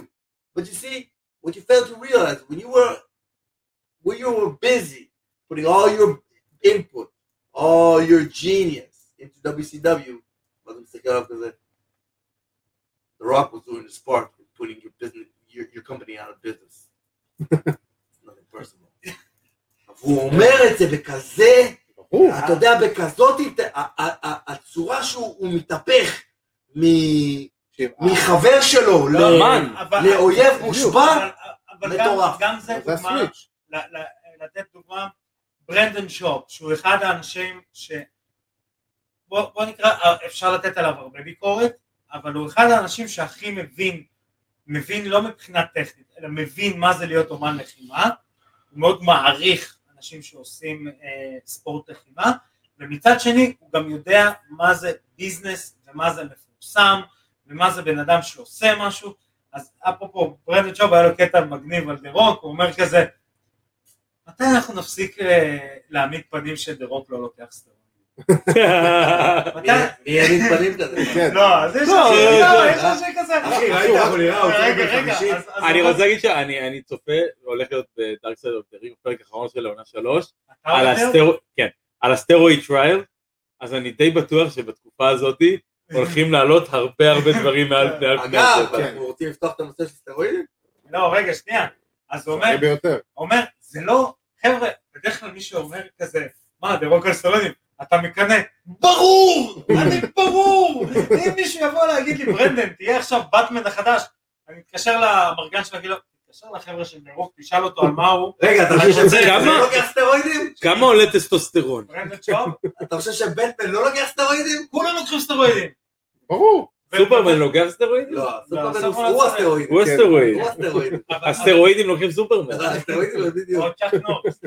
but you see, what you failed to realize, when you were, when you were busy putting all your input, all your genius into WCW, ואז הוא מסתכל עליו כזה, The Rock was doing his part in putting your business, your, your company out of business. It's nothing personal. והוא אומר את זה בכזה,
ברור.
אתה יודע, בכזאת, הת- ה- ה- ה- הצורה שהוא הוא מתהפך מ-
שבעה.
מחבר שלו לא- ל- (laughs)
לאמן.
אבל-
לאויב
בדיוק,
מושבע,
אבל- אבל גם-
מטורף.
גם זה
זה
דוגמה,
הסוויץ'.
ל- ל- לתת דוגמה, ברנדון שופ, שהוא אחד האנשים ש... בוא, בוא נקרא, אה, אפשר לתת עליו הרבה ביקורת, אבל הוא אחד האנשים שהכי מבין, מבין לא מבחינה טכנית, אלא מבין מה זה להיות אומן לחימה, הוא מאוד מעריך אנשים שעושים אה, ספורט לחימה, ומצד שני הוא גם יודע מה זה ביזנס ומה זה מפורסם ומה זה בן אדם שעושה משהו, אז אפרופו ברנדון שופ היה לו קטע מגניב על דה רוק, הוא אומר כזה, מתי אנחנו נפסיק אה, להעמיד פנים שדה רוק לא לוקח סטרואידים?
מי מי ימין פנים כזה.
כן.
לא, אז יש
לא,
אנשים-
לא,
לא,
לא.
יש אנשים כזה.
אחי, ראית אבל נראה אותו
רגע,
בן
רגע,
50?
אז- אז
אני
אבל-
רוצה להגיד שאני אני צופה, הולך להיות בדארק סייד אוף דרינג, פרק האחרון של העונה שלוש,
אתה
על
הולך?
הסטרו- כן, על הסטרואיד טרייל, אז אני די בטוח שבתקופה הזאת
אוקיי.
הולכים לעלות הרבה הרבה דברים מעל פני על פני
אגב,
כן.
אנחנו רוצים לפתוח את הנושא של סטרואידים?
לא, רגע, שנייה. אז הוא
אה,
אומר,
הרבה ביותר.
אומר, זה לא, חבר'ה, בדרך כלל מי שאומר כזה, מה, דה רוק על סטרואידים, אתה מקנא, ברור, אני ברור, אם מישהו יבוא להגיד לי, ברנדן, תהיה עכשיו באטמן החדש, אני מתקשר למרגן שלו, אגיד לו, תתקשר לחבר'ה של דה רוק, תשאל אותו על מה הוא,
רגע, אתה
אני
חושב
רוצה-
שבן
כמה?
לא לוקח סטרואידים?
כמה עולה טסטוסטרון?
ברנדן שוב,
אתה חושב שבטמן לא לוקח סטרואידים?
כולם לוקחים סטרואידים.
ברור.
סופרמן לוקח סטרואיד?
לא, סופרמן
סופרמן
הוא- הוא
לא
הסטרואיד.
הוא הסטרואיד.
הוא הסטרואיד.
אבל-
הסטרואידים לוקחים סופרמן.
נכון.
(laughs)
הסטרואידים זה בדיוק.
או צ'אק נוריס.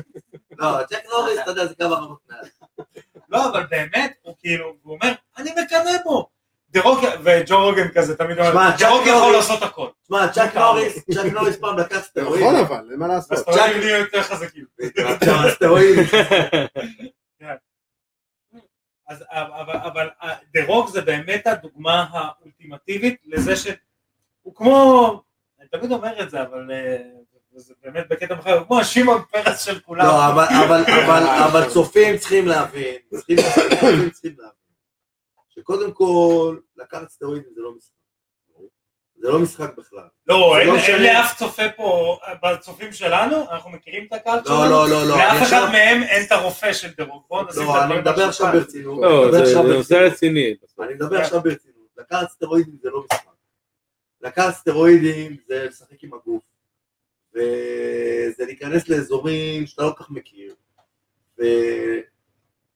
לא, צ'ק נוריס, אתה יודע, זה קו הרמות מעל.
לא, אבל באמת, הוא כאילו, הוא אומר, אני מקנא בו. דה רוק, וג'ו רוגן כזה תמיד אומר,
שמע,
דה
צ'אק
רוק יכול
נוריס-
לעשות הכל.
תשמע, צ'ק נוריס, צ'ק נוריס פעם לקח
זה
סטרואידים.
נכון אבל, אין מה לעשות.
אז אתה רואה מי יותר חזקים.
עכשיו הסטרואידים.
אז אבל- אבל ה- דה רוק זה באמת הדוגמה האולטימטיבית לזה שהוא כמו, אני תמיד אומר את זה, אבל אה, זה באמת בקטע מחר, הוא כמו השמעון פרס של כולם.
לא, אבל- אבל- אבל- אבל צופים צריכים להבין, צריכים צופים צריכים להבין, שקודם כל, לקחת סטרואידים זה לא משחק. זה לא משחק בכלל.
לא, אין
לא
אין
משנה.
לאף צופה פה, בצופים שלנו, אנחנו מכירים את הקהל
לא,
שלנו.
לא, לא, לא. אני
לאף
עכשיו-
אחד מהם אין את הרופא של דה רוק. בואו נשים את
לא, אני
הדברים
מדבר
על
עכשיו
השולחן.
ברצינות. אני
לא,
מדבר
זה
עכשיו
זה נושא
ברצינות.
רציני.
נכון.
אני מדבר עכשיו ברצינות. לקחת סטרואידים זה לא משחק. לקחת סטרואידים זה לשחק עם הגוף. וזה להיכנס לאזורים שאתה לא כל כך מכיר.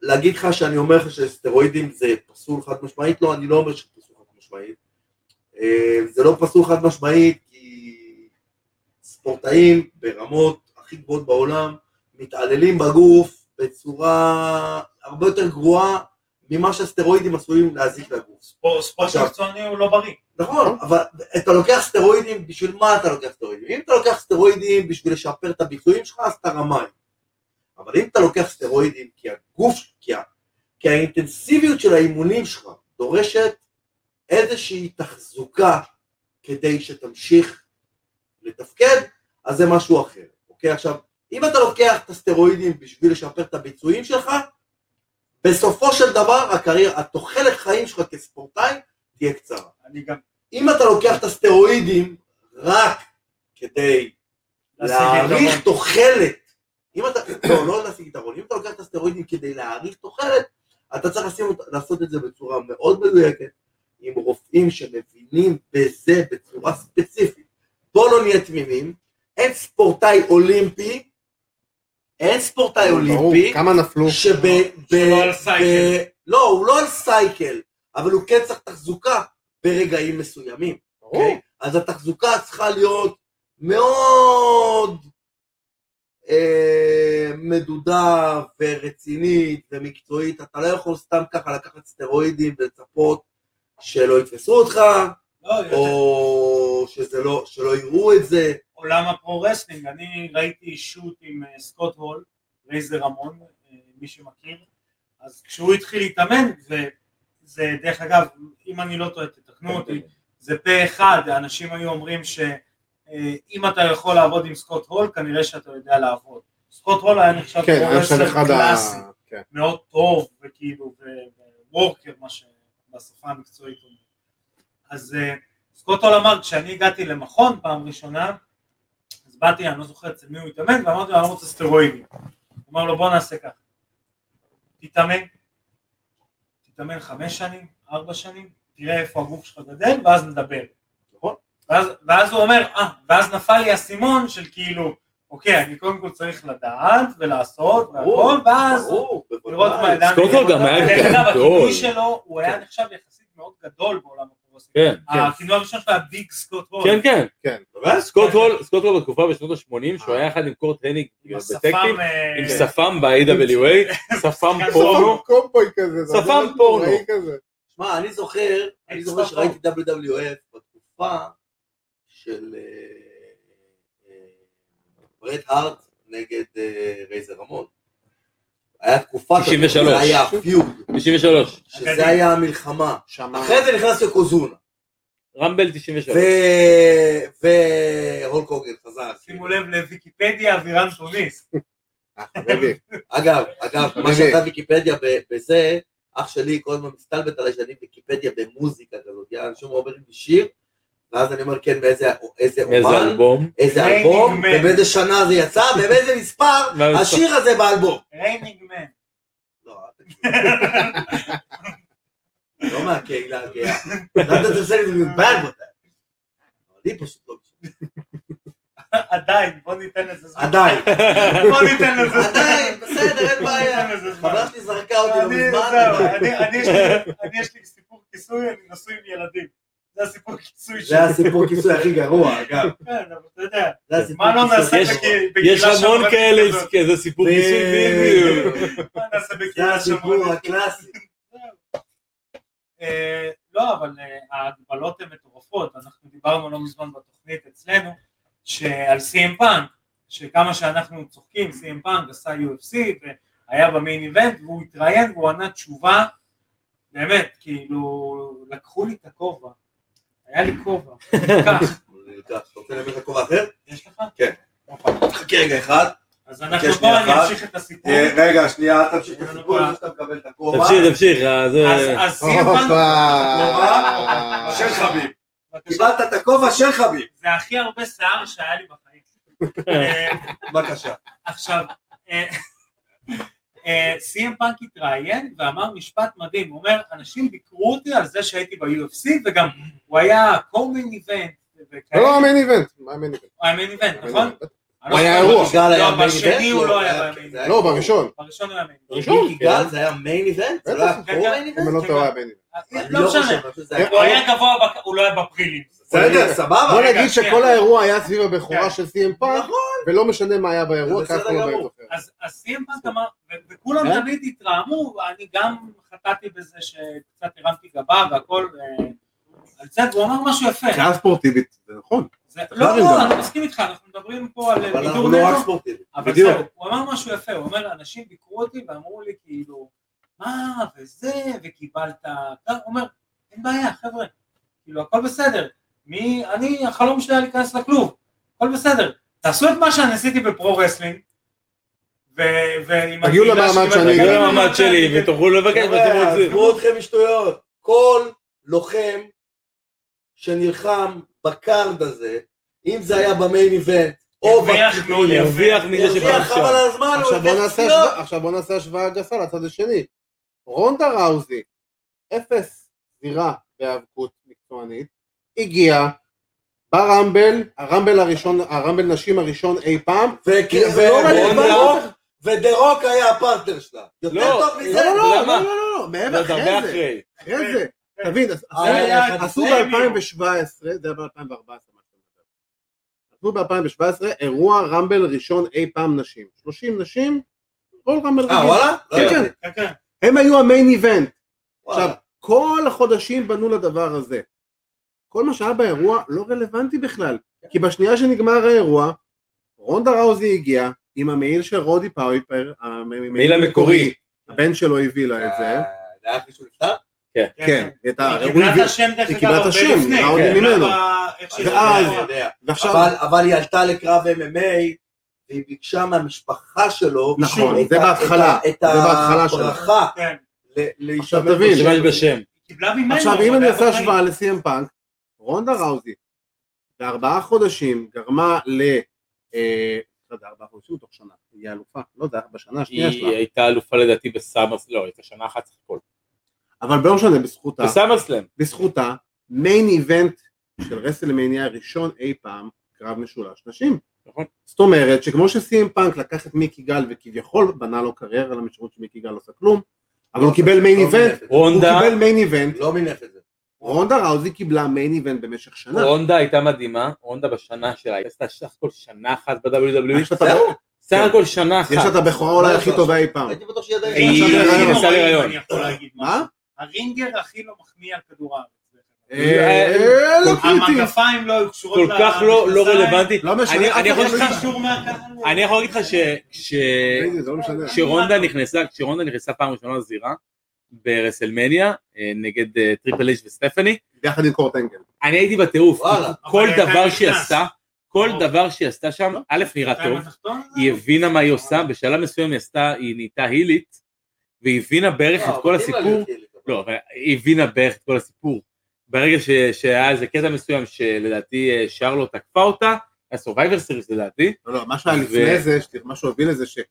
ולהגיד לך שאני אומר לך שסטרואידים זה פסול חד משמעית? לא, אני לא אומר שזה פסול חד משמעית. אה, זה לא פסול חד משמעית כי ספורטאים ברמות הכי גבוהות בעולם מתעללים בגוף בצורה הרבה יותר גרועה ממה שהסטרואידים עשויים להזיק לגוף.
ספורט ספורט
עכשיו.
מקצועני הוא לא בריא.
נכון, אבל אתה לוקח סטרואידים, בשביל מה אתה לוקח סטרואידים? אם אתה לוקח סטרואידים בשביל לשפר את הביצועים שלך, אז אתה רמאי. אבל אם אתה לוקח סטרואידים כי הגוף, כי, ה- כי האינטנסיביות של האימונים שלך דורשת איזושהי תחזוקה כדי שתמשיך לתפקד, אז זה משהו אחר. אוקיי, עכשיו, אם אתה לוקח את הסטרואידים בשביל לשפר את הביצועים שלך, בסופו של דבר הקריירה, התוחלת חיים שלך כספורטאי תהיה קצרה.
אני גם
אם אתה לוקח את הסטרואידים רק כדי להאריך תוחלת, אם אתה, לא, לא להשיג יתרון, אם אתה לוקח את הסטרואידים כדי להאריך תוחלת, אתה צריך לשים, אות- לעשות את זה בצורה מאוד מדויקת, עם רופאים שמבינים בזה בצורה ספציפית. בוא לא נהיה תמימים, אין ספורטאי אולימפי, אין ספורטאי
ברור,
אולימפי,
כמה נפלו.
שב... ב-
שלא על
ב-
סייקל.
לא, הוא לא על סייקל, אבל הוא כן צריך תחזוקה ברגעים מסוימים.
ברור.
אוקיי? אז התחזוקה צריכה להיות מאוד אה, מדודה ורצינית ומקצועית. אתה לא יכול סתם ככה לקחת סטרואידים ולצפות שלא יתפסו אותך,
לא, יותר-
או שזה לא, שלא יראו את זה.
עולם הפרו-רסלינג, אני ראיתי שוט עם אה, סקוט הול, רייזר המון, אה, מי שמכיר, אז כשהוא התחיל להתאמן, זה, זה דרך אגב, אם אני לא טועה,
כן,
תתקנו אותי, זה פה אחד, האנשים היו אומרים שאם אתה יכול לעבוד עם סקוט הול, כנראה שאתה יודע לעבוד. סקוט הול היה נחשב
כן, אני חושב
פרו-רסלר
אחד ה...
קלאסי,
כן.
מאוד טוב, וכאילו, וורקר, מה שבשפה המקצועית אומרים. אז אה, סקוט הול אמר, כשאני הגעתי למכון פעם ראשונה, אז באתי, אני לא זוכר אצל מי הוא התאמן, ואמרתי לו, אני לא רוצה סטרואידים. הוא אמר לו, בוא נעשה ככה. תתאמן. תתאמן חמש שנים, ארבע שנים, תראה איפה הגוף שלך גדל, ואז נדבר. נכון? ואז, ואז הוא אומר, אה, ואז נפל לי האסימון של כאילו, אוקיי, אני קודם כל צריך לדעת ולעשות והכל,
ברור,
ואז
ברור,
לראות מה
בוודאי.
לאן...
סקוט הול גם היה
דרך אגב,
גדול.
הכינוי שלו, הוא היה נחשב יחסית מאוד גדול בעולם הפרוסים.
כן, כן.
הכינוי הראשון שלו היה ביג סקוט הול.
כן, כן.
באמת?
סקוט הול, סקוט הול בתקופה בשנות ה-80, שהוא היה יחד עם קורט הניג
עם
בטקטים,
השפם, אה, כן.
עם
(laughs)
שפם ב-AWA, שפם פורנו.
שפם קומבוי כזה. זה
שפם
משהו
פורנו.
נוראי כזה.
שמע, אני זוכר, אני זוכר שראיתי WWF בתקופה של אה, אה, ברד הארט נגד אה, רייזר רמון. היה תקופה, כזאת,
93.
זה היה פיוד,
93,
שזה היה המלחמה.
שמע.
אחרי זה נכנס לקוזונה,
רמבל 93.
והולק הוגן חזר.
שימו לב לוויקיפדיה אבירן תוניס.
אה,
(laughs)
בדיוק.
אגב, אגב, מה
רגע.
שאתה ויקיפדיה ב- בזה, אח שלי כל הזמן מסתלבט עליי שאני ויקיפדיה במוזיקה כזאת, יאללה, שום אומר לי שיר, ואז אני אומר, כן, מאיזה איזה
איזה
אומן,
אלבום.
איזה
Raining
אלבום,
Man.
ובאיזה שנה זה (laughs) יצא, ובאיזה מספר
והמספר.
השיר הזה באלבום.
ריינינג מן.
לא, אל
(laughs)
תקשיב. לא מהקהילה הגאה. למה אתה תעשה לי את זה מבעל אותה? אני פשוט לא...
עדיין, בוא ניתן לזה זמן. (laughs)
עדיין.
בוא ניתן לזה זמן.
עדיין, בסדר, אין
(laughs)
בעיה.
ניתן לזה זמן.
חברה שלי זרקה אותי לא
אני-
מזמן.
זהו, אני- אני יש לי- אני יש לי סיפור כיסוי, אני נשוי עם ילדים. זה הסיפור כיסוי שלי.
זה הסיפור כיסוי הכי גרוע, אגב.
כן, אבל אתה יודע,
זה הסיפור
מה לא
כיסוי
נעשה
יש-
הכי גרוע.
בקהי- בקהילה
יש המון
שמרנית
כאלה,
כזאת?
זה סיפור כיסוי בדיוק.
מה נעשה
זה
בקהילה שמרנית?
הסיפור הקלאסי.
אה, לא, אבל אה, ההגבלות הן מטורפות, אנחנו דיברנו לא מזמן בתוכנית אצלנו, שעל CM פאנק, שכמה שאנחנו צוחקים, CM פאנק עשה UFC והיה במיין איבנט, והוא התראיין והוא ענה תשובה, באמת, כאילו, לקחו לי את הכובע, היה לי כובע, כך,
אתה רוצה להביא לך כובע אחר?
יש לך?
כן.
אוקיי.
חכה רגע אחד.
אז אנחנו
חכה
פה,
שנייה
אני
אחת.
אמשיך את הסיפור,
אה, רגע, שנייה, אל תמשיך את הסיפור,
אה.
לפני שאתה מקבל את הכובע.
תמשיך, תמשיך. אה, זה-
אז- אז CM
אה,
פאנק,
הופה.
של חביב.
בבקשה.
קיבלת את הכובע של חביב.
זה הכי הרבה שיער שהיה לי בחיים. אה,
בבקשה.
עכשיו, אה, סיים פאנק התראיין ואמר משפט מדהים, הוא אומר, אנשים ביקרו אותי על זה שהייתי ב-UFC וגם הוא היה co-main event
לא,
וכאלה,
לא, המיין איבנט. מה המיין איבנט? המיין
הוא היה main event, נכון?
איבנט.
אני לא
היה
זוכר,
אירוע.
בראשון- לא, בשני הוא לא היה ב-main event,
לא, בראשון.
בראשון הוא היה main event.
ראשון, כן.
גל זה היה מיין איבנט? זה לא היה
בטח.
פרו-מיין
אם אני
איבנט?
לא טועה, היה מיין איבנט.
אני
לא
לא
משנה,
חושב, אני חושב שזה היה
הוא היה גבוה, בק- הוא לא היה בפרילימס.
בסדר, סבבה.
בוא
רגע,
נגיד
שנייה.
שכל האירוע היה סביב הבכורה
כן.
של CM פאנק,
נכון.
ולא משנה מה היה באירוע,
זה בסדר
ככה כולם
גמור.
היו זוכרים.
אז סיים פאנק אמר, ו- וכולם
כן.
תמיד התרעמו, אני גם חטאתי בזה שקצת הרמתי גבה והכל, אה, על זה, והוא אמר משהו יפה.
מבחינה ספורטיבית, זה נכון.
זה-
צריך
לא,
להבין
לא,
גם.
אני מסכים איתך, אנחנו מדברים פה על אה,
אבל
בידור
אנחנו לא רק
נטו,
ספורטיביים.
אבל
בדיוק.
זהו, הוא אמר משהו יפה, הוא אומר, אנשים ביקרו אותי ואמרו לי כאילו, מה, וזה, וקיבלת, הוא אומר, אין בעיה, חבר'ה, כאילו, הכל בסדר, מי, אני, החלום שלי היה להיכנס לכלוב, הכל בסדר, תעשו את מה שאני עשיתי בפרו-רסלינג, ו... ועם
תגיעו
הקהילה
למעמד
שקיבלתי-
שאני-
תגיעו
גם.
כן,
למעמד לא שלי ותוכלו לבקש מה
לא
שאתם
חבר'ה,
רוצים.
כן, עזבו אתכם משטויות. כל לוחם שנלחם בקארד הזה, אם זה היה במיין איבנט, או
הרוויח
בקיבולים,
מזה.
ירוויח מזה
הרוויח
שבא
חבל
עכשיו.
על הזמן, הוא לא.
עכשיו בוא
הרוויח
נעשה
זכויות.
השוואה- עכשיו בוא נעשה השוואה גסה לצד השני. רונדה ראוזי, אפס זירה בהיאבקות מקצוענית, הגיעה ברמבל, הרמבל הראשון, הרמבל נשים הראשון אי פעם,
וכי-
לא
ו-
רלוונטי.
ודרוק- ודרוק היה הפרטנר שלה. יותר
לא,
טוב
לא,
מזה?
לא, לא,
למה?
לא, לא, לא, מעבר,
זה הרבה
אחרי זה,
אחרי.
אחרי זה, תבין, עשו-
אה, היה אחד
עשו
לפני
ב-2017, זה היה ב-2014, עשו ב-2017 אירוע רמבל ראשון אי פעם נשים, 30 נשים, כל רמבל
אה,
רגיל,
וואלה? לא
כן,
ידעתי.
כן,
כן, כן.
הם היו המיין איבנט,
וואלה.
עכשיו, כל החודשים בנו לדבר הזה. כל מה שהיה באירוע לא רלוונטי בכלל, כי בשנייה שנגמר האירוע, רונדה ראוזי הגיעה עם המעיל של רודי פאויפר, המעיל
המקורי.
הבן שלו הביא לה את זה,
אה, זה היה מישהו נפטר?
כן, היא הייתה-
היא
הוא
קיבלה את
הביא-
השם דרך
היא
אגב
קיבלה את
הרבה
השם,
לפני,
היא
עוד
כן,
ממנו.
ב- איך שהיא
ואז-
אני לא
התחילה.
יודע.
ועכשיו,
אבל אבל היא עלתה לקרב MMA, והיא ביקשה מהמשפחה שלו,
נכון,
את
זה
ה-
בהתחלה,
את ה- את
זה בהתחלה שלה.
הברכה
כן,
ל-
עכשיו
להשתמש
תבין,
שימש בשם.
היא קיבלה ממנו.
עכשיו
אבל
אם אני
היה
אעשה
בחיים.
השוואה לסי.אם פאנק, רונדה ראוזי בארבעה חודשים גרמה ל... אה, לא יודע, ארבעה חודשים תוך שנה, היא אלופה, לא יודע, בשנה השנייה
היא
שלה,
הייתה אלופה לדעתי בסאמרס, לא, הייתה שנה אחת סך הכל.
אבל לא משנה, בזכותה,
בסאמרסלאם.
בזכותה, מיין איבנט של רסלמניה הראשון אי פעם, קרב משולש נשים.
נכון.
זאת אומרת שכמו שסי.אם פאנק לקח את מיקי גל וכביכול בנה לו קריירה למשמעות שמיקי גל לא עשה כלום, אבל הוא קיבל מיין
לא
איבנט,
מינף את זה.
הוא
רונדה,
קיבל מיין איבנט,
לא מינף את זה.
רונדה ראוזי קיבלה מיין איבנט במשך שנה.
רונדה הייתה מדהימה, רונדה בשנה שלה, היא עשתה סך הכל שנה אחת ב-WWE,
יש לה את הבכורה-
סך הכל שנה אחת.
אה, כן. יש לה את הבכורה אולי לא הכי טובה אי פעם.
הייתי בטוח שהיא עדיין...
הרינגר
היא-
הכי
היא
ניסה
נוראי,
להיריון.
אני יכול להגיד
מה?
משהו. הרינגר הכי לא מחמיא על כדור הארץ.
אה, לא קריטי.
המגפיים לא היו קשורות
כל כך לא לא
למכנסיים.
רלוונטי.
לא משנה,
אני-
אף אחד
אני יכול
לא
להגיד לך-
אישור מהקהל.
אני יכול להגיד לך ש- ש-
רגע, זה לא משנה.
כשרונדה נכנסה, כשרונדה נכנסה פעם ראשונה לזירה ברסלמניה אה, נגד אה, טריפל אייש וסטפני,
ביחד עם קורט אנגל.
אני הייתי בטירוף,
וואלה.
כל
אבל היא
דבר
הייתה
שהיא
נכנס.
עשתה, כל
לא.
דבר שהיא עשתה שם, א' נראה
שתיים
טוב,
התחתון?
היא הבינה מה היא עושה, בשלב מסוים היא עשתה, היא נהייתה הילית, והיא הבינה
אה,
בערך
אה,
את כל הסיפור, לא, אבל היא הבינה בערך את כל הסיפור. ברגע ש- שהיה איזה קטע מסוים שלדעתי אה, שרלוט תקפה אותה, היה סורווייבר סיריס לדעתי,
לא, לא, מה שהיה
ו-
לפני זה, שת- מה שהוביל לזה, שהיא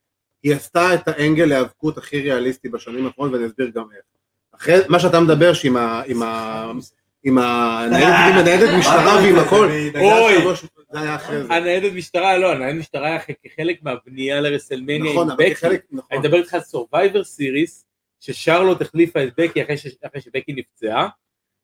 עשתה את האנגל להיאבקות הכי ריאליסטי בשנים האחרונות, ואני אסביר גם איך. אחרי מה שאתה מדבר, שעם ה- עם ה- עם הניידת עם הניידת משטרה ועם הכל,
אה, אוי.
זה היה אחרי זה.
הניידת משטרה, לא, הניידת משטרה היה כ- כחלק מהבנייה לרסלמניה
נכון,
עם
אבל
בקי.
כחלק,
אני
נכון.
מדבר איתך על סורווייבר סיריס, ששרלוט החליפה את בקי אחרי ש- אחרי שבקי נפצעה,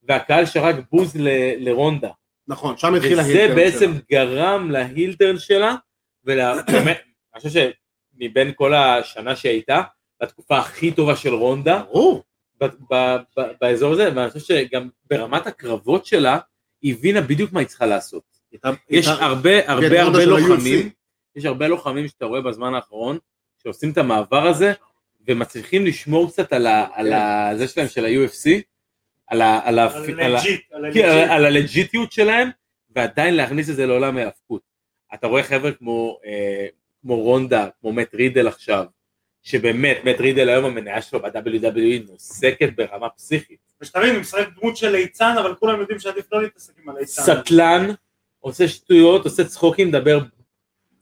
והקהל שרק בוז ל- לרונדה.
נכון, שם התחיל
וזה
ההילטרן
בעצם גרם להילטרן שלה, (coughs) ובאמת, אני חושב שמבין כל השנה שהייתה, התקופה הכי טובה של רונדה,
ברור.
ב- ב- ב- באזור הזה, ואני חושב שגם ברמת הקרבות שלה, היא הבינה בדיוק מה היא צריכה לעשות. יש הרבה הרבה
כן, רונדה
הרבה
של
לוחמים,
ה-UFC.
יש הרבה לוחמים שאתה רואה בזמן האחרון, שעושים את המעבר הזה, ומצליחים לשמור קצת על ה- על ה- זה שלהם, של ה-UFC, על ה- על ה-
על
על ה-
הלג'יט, על
כן, על-
הלג'יט.
על הלג'יטיות שלהם, ועדיין להכניס את זה לעולם ההאבקות. אתה רואה חבר'ה כמו, אה, כמו רונדה, כמו מט רידל עכשיו, שבאמת, מט רידל היום המניה שלו ב-WWE נוסקת ברמה פסיכית.
ושתבין, הוא משחק דמות של ליצן, אבל כולם יודעים שעדיף לא להתעסק עם הליצן.
סטלן, עושה שטויות, עושה צחוקים, מדבר...
כי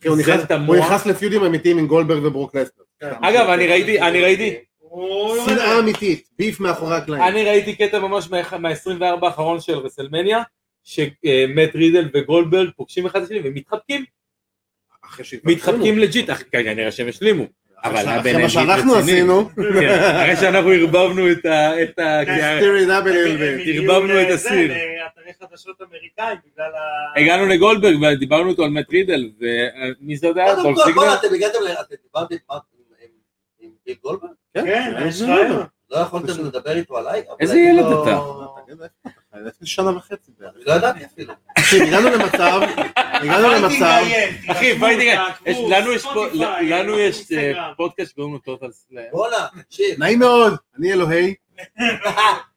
כאילו, הוא
זה
נכנס-
את המוח.
הוא נכנס לפיודים אמיתיים עם גולדברג וברוק לסנר.
אגב, אני ראיתי, אני ראיתי,
הוא יורד.
שנאה אמיתית, ביף מאחורי הקלעים.
אני ראיתי קטע ממש מה-24 האחרון של רסלמניה, שמט רידל וגולדברג פוגשים אחד את השני ומתחבקים,
אחרי שהתפרקנו.
מתחבקים לג'יט, אך כנראה שהם (laughs) השלימו. אבל היה
אחרי
ביניהם
מה שאנחנו
רציני.
עשינו,
כן, אחרי שאנחנו ערבבנו את ה... את ה...
סטירי דאבל
הם- הם
אלווין.
הגיעו
ערבבנו את
לזה,
הסיר.
לאתרי חדשות אמריקאים, בגלל ה...
הגענו לגולדברג ודיברנו איתו על מט רידל, ומי זה יודע?
קודם
דולף
כל,
זיגלר?
בוא'נה, אתם הגעתם ל... אתם דיברתם מה- עם- עם- עם ביל גולדברג?
כן, יש רעיון.
לא יכולתם לדבר איתו עליי? אבל
איזה
אני
ילד
לא-
אתה?
כן לפני שנה וחצי בערך.
לא ידעתי אפילו.
תקשיב, הגענו למצב, הגענו
פייטינג
למצב,
IL, תירשמו,
אחי, בואי נראה, יש-
תעקבו,
לנו יש פה-
ספוטיפיי,
לנו יש אה,
אינסטגרם.
פודקאסט שקוראים לו טוטל סלאם.
בוא'נה, תקשיב. (laughs)
נעים מאוד, אני אלוהי,